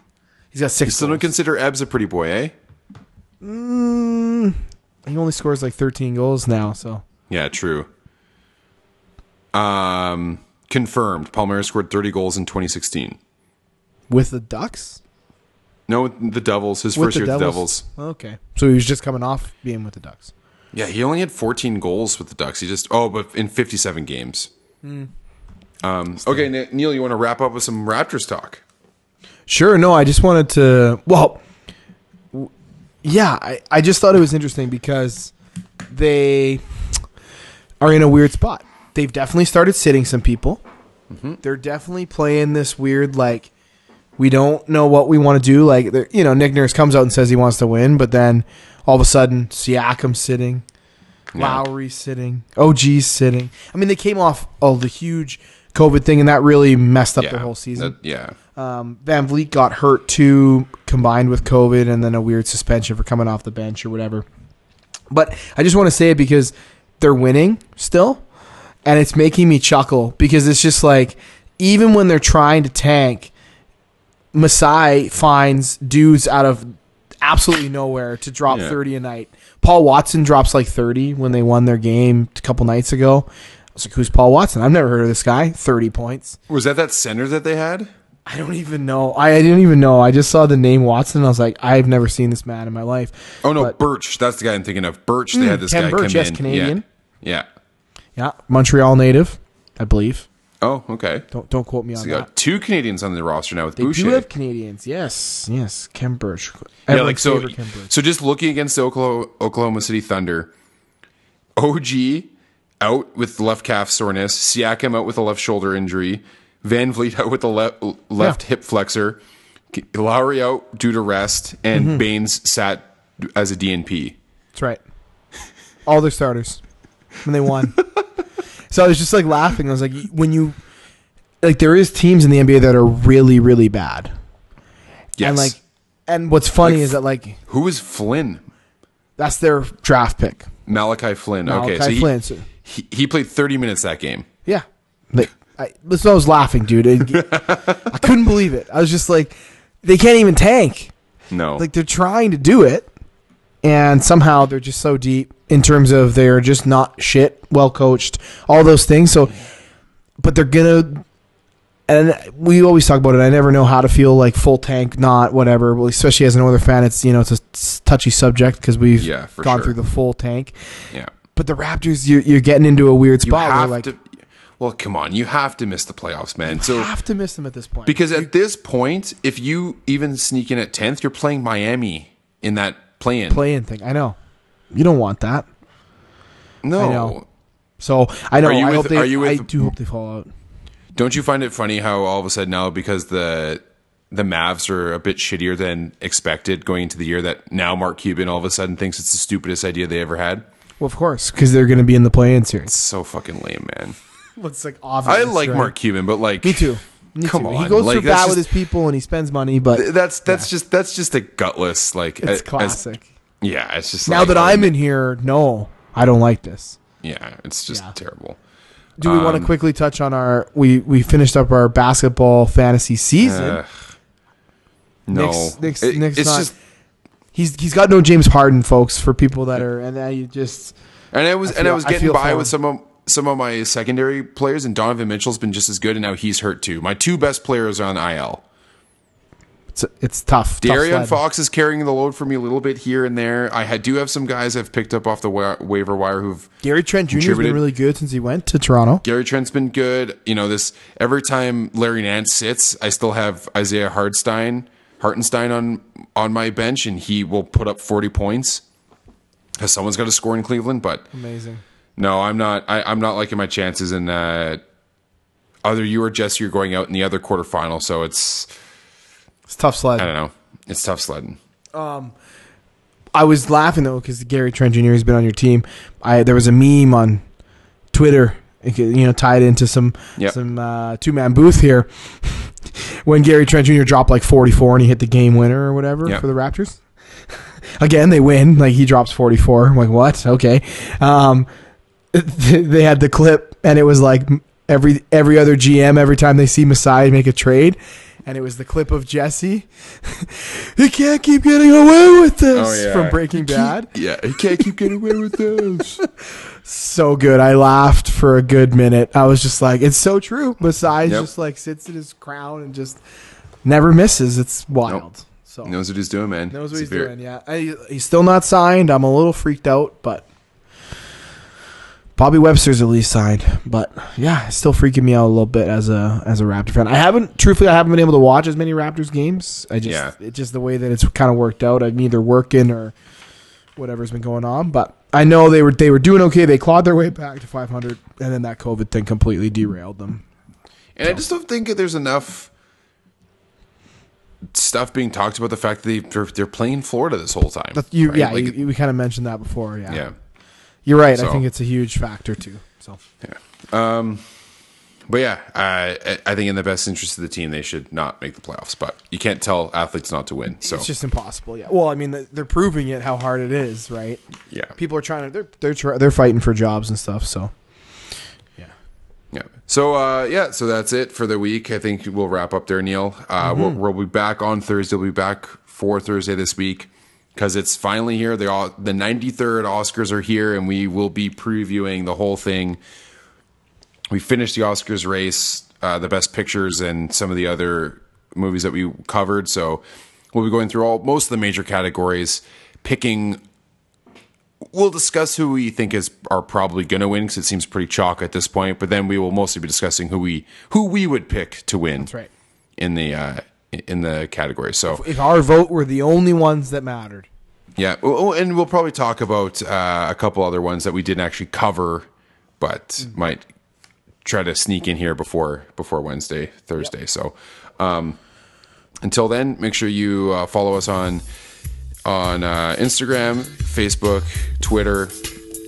B: He's got
A: You
B: six.
A: still don't
B: goals.
A: consider Ebbs a pretty boy, eh?
B: Mm, he only scores like thirteen goals now. So
A: Yeah, true. Um, confirmed. Paul Mary scored 30 goals in 2016.
B: with the Ducks.
A: No, the Devils. His first year with the Devils.
B: Okay. So he was just coming off being with the Ducks.
A: Yeah, he only had 14 goals with the Ducks. He just oh, but in 57 games.
B: Hmm.
A: Um, okay, Ne- Neil, you want to wrap up with some Raptors talk?
B: Sure. No, I just wanted to. Well, w- yeah, I, I just thought it was interesting because they are in a weird spot. They've definitely started sitting some people.
A: Mm-hmm.
B: They're definitely playing this weird like we don't know what we want to do. Like they're- you know, Nick Nurse comes out and says he wants to win, but then all of a sudden Siakam's sitting, Lowry's sitting, OG's sitting. I mean, they came off of the huge COVID thing, and that really messed up
A: yeah.
B: their whole season.
A: That- yeah.
B: Um, Van Vliet got hurt too, combined with COVID and then a weird suspension for coming off the bench or whatever. But I just want to say it because they're winning still, and it's making me chuckle because it's just like even when they're trying to tank, Masai finds dudes out of absolutely nowhere to drop
A: Yeah.
B: 30 a night. Paul Watson drops like 30 when they won their game a couple nights ago. I was like, who's Paul Watson? I've never heard of this guy. 30 points.
A: Was that that center that they had?
B: I don't even know. I, I didn't even know. I just saw the name Watson. And I was like, I've never seen this man in my life.
A: Oh no,
B: But-
A: Birch. That's the guy I'm thinking of. Birch. They had this
B: Ken
A: guy
B: Birch,
A: come
B: yes,
A: in.
B: Canadian.
A: Yeah. yeah.
B: Yeah, Montreal native, I believe.
A: Oh, okay.
B: Don't don't quote me on
A: So you
B: that.
A: got two Canadians on the roster now with
B: They
A: Boucher.
B: do have Canadians. Yes, yes. Ken Birch.
A: yeah,
B: Everyone's
A: like so.
B: favorite Ken Birch.
A: So just looking against the Oklahoma, Oklahoma City Thunder, OG out with left calf soreness. Siakam out with a left shoulder injury. Van Vliet out with the left left
B: Yeah.
A: hip flexor. K- Lowry out due to rest, and
B: Mm-hmm.
A: Baines sat as a DNP.
B: That's right. All their starters, and they won. so I was just like laughing. I was like, when you like, there is teams in the NBA that are really really bad,
A: Yes.
B: and like, and what's funny
A: Like,
B: is that like
A: who is Flynn?
B: that's their draft pick.
A: Malachi Flynn. okay, so
B: Malachi
A: he,
B: Flynn, so-
A: he he played 30 minutes that game.
B: Yeah. Like, I, that's why I was laughing, dude. It- I couldn't believe it. I was just like, they can't even tank.
A: No,
B: Like, they're trying to do it, and somehow they're just so deep in terms of they're just not shit, well coached, all those things. So, but they're gonna. And we always talk about it. I never know how to feel like full tank, not whatever. Well, especially as an Oilers fan, it's you know it's a s- touchy subject because we've
A: Yeah, for
B: gone
A: sure.
B: through the full tank.
A: yeah,
B: But the Raptors, you're, you're getting into a weird
A: you
B: spot. where,
A: have
B: like,
A: to. Well, come on, you have to miss the playoffs, man. So
B: have to miss them at this point
A: because at this point, if you even sneak in at 10th, you're playing Miami in that play-in.
B: play-in thing. I know you don't want that.
A: no,
B: I know. So I know.
A: Are you
B: I
A: with-
B: hope they.
A: are you
B: I
A: with-
B: do hope they fall out.
A: don't you find it funny how all of a sudden now because the the Mavs are a bit shittier than expected going into the year that now Mark Cuban all of a sudden thinks it's the stupidest idea they ever had.
B: Well, of course, because they're going to be in the play-in series.
A: So fucking lame, man.
B: It's like obvious.
A: I like Mark Cuban, but like
B: Me too. Me
A: come
B: too.
A: on,
B: He goes
A: like,
B: through
A: that's
B: bat with his
A: just-
B: people and he spends money, but
A: that's that's just that's just a gutless like
B: it's
A: a- as-
B: classic.
A: yeah, it's just
B: now
A: like,
B: that I'm in here, no, I don't like this.
A: Yeah, it's just terrible.
B: Do we want
A: Um,
B: to quickly touch on our? We we finished up our basketball fantasy season.
A: Ugh. no,
B: Nick's- Nick's-
A: It-
B: Nick's
A: it's
B: not-
A: just
B: He's he's got no James Harden, folks. For people that are and now you just
A: and I was and
B: feel-
A: I was
B: I
A: getting
B: feel
A: by
B: for
A: with
B: him.
A: some of some of my secondary players, and Donovan Mitchell's been just as good, and now he's hurt too. My two best players are on IL.
B: it's, it's tough. tough
A: Darian
B: sledding.
A: Fox is carrying the load for me a little bit here and there. I ha- do have some guys I've picked up off the wa- waiver wire who've
B: Gary Trent Jr. has been
A: Contributed.
B: really good since he went to Toronto.
A: Gary Trent's been good. You know, this every time Larry Nance sits, I still have Isaiah Hardstein, Hartenstein on on my bench, and he will put up forty points. Because someone's got to score in Cleveland, but
B: Amazing.
A: no, I'm not. I, I'm not liking my chances in uh, either you or Jesse are going out in the other quarterfinal. So it's
B: It's tough
A: I
B: sled.
A: don't know. It's tough sledding.
B: I was laughing though because Gary Trent Jr. has been on your team. I there was a meme on Twitter, you know, tied into some
A: Yep.
B: some uh, two man booth here when Gary Trent Jr. dropped like 44 and he hit the game winner or whatever
A: Yep.
B: for the Raptors. Again, they win. Like he drops 44. I'm like what? Okay. Um, they had the clip and it was like every every other GM every time they see Masai make a trade. And it was the clip of Jesse. he can't keep getting away with this
A: Oh, yeah.
B: from Breaking Bad.
A: Yeah, he can't keep getting away with this.
B: So good. I laughed for a good minute. I was just like, it's so true. Masai
A: Yep.
B: just like sits in his crown and just never misses. It's wild.
A: Nope.
B: So
A: Knows what he's doing, man.
B: knows
A: It's
B: what he's
A: a very-
B: doing. Yeah, I, he's still not signed. I'm a little freaked out, but Bobby Webster's at least signed. But yeah, it's still freaking me out a little bit as a as a Raptor fan. I haven't, truthfully, I haven't been able to watch as many Raptors games. I just
A: Yeah.
B: it's just the way that it's kind of worked out. I'm either working or whatever's been going on, but. I know they were they were doing okay. They clawed their way back to 500, and then that COVID thing completely derailed them.
A: And I just don't think that there's enough stuff being talked about the fact that they, they're, they're playing Florida this whole time.
B: But you,
A: right?
B: yeah,
A: Like,
B: you, you- we kind of mentioned that before. Yeah,
A: yeah.
B: you're right. I
A: So-
B: think it's a huge factor too. So
A: Um, But yeah, I, I- I think in the best interest of the team, they should not make the playoffs. But you can't tell athletes not to win. So
B: it's just impossible. Yeah. Well, I mean, th- they're proving it how hard it is, right?
A: yeah,
B: People are trying to they're they're try, they're fighting for jobs and stuff. So
A: yeah. So uh, yeah, so that's it for the week. I think we'll wrap up there, Neil. Uh, we'll, we'll be back on Thursday. We'll be back for Thursday this week because it's finally here. The all the ninety third Oscars are here, and we will be previewing the whole thing. we finished the Oscars race, uh, the best pictures, and some of the other movies that we covered. So we'll be going through all most of the major categories, picking. We'll discuss who we think is are probably going to win because it seems pretty chalk at this point. But then we will mostly be discussing who we who we would pick to win. That's
B: right.
A: in the uh, in the category. So
B: if our vote were the only ones that mattered,
A: yeah, oh, and we'll probably talk about uh, a couple other ones that we didn't actually cover, but
B: Mm-hmm.
A: might try to sneak in here before before Wednesday, Thursday. So, um, until then, make sure you uh, follow us on on uh, Instagram, Facebook, Twitter,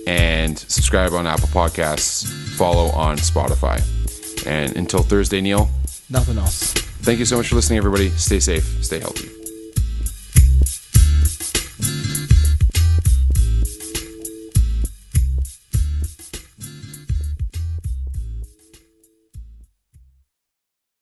A: and subscribe on Apple Podcasts. Follow on Spotify. And until Thursday, Neil.
B: nothing else.
A: Thank you so much for listening, everybody. Stay safe, stay healthy.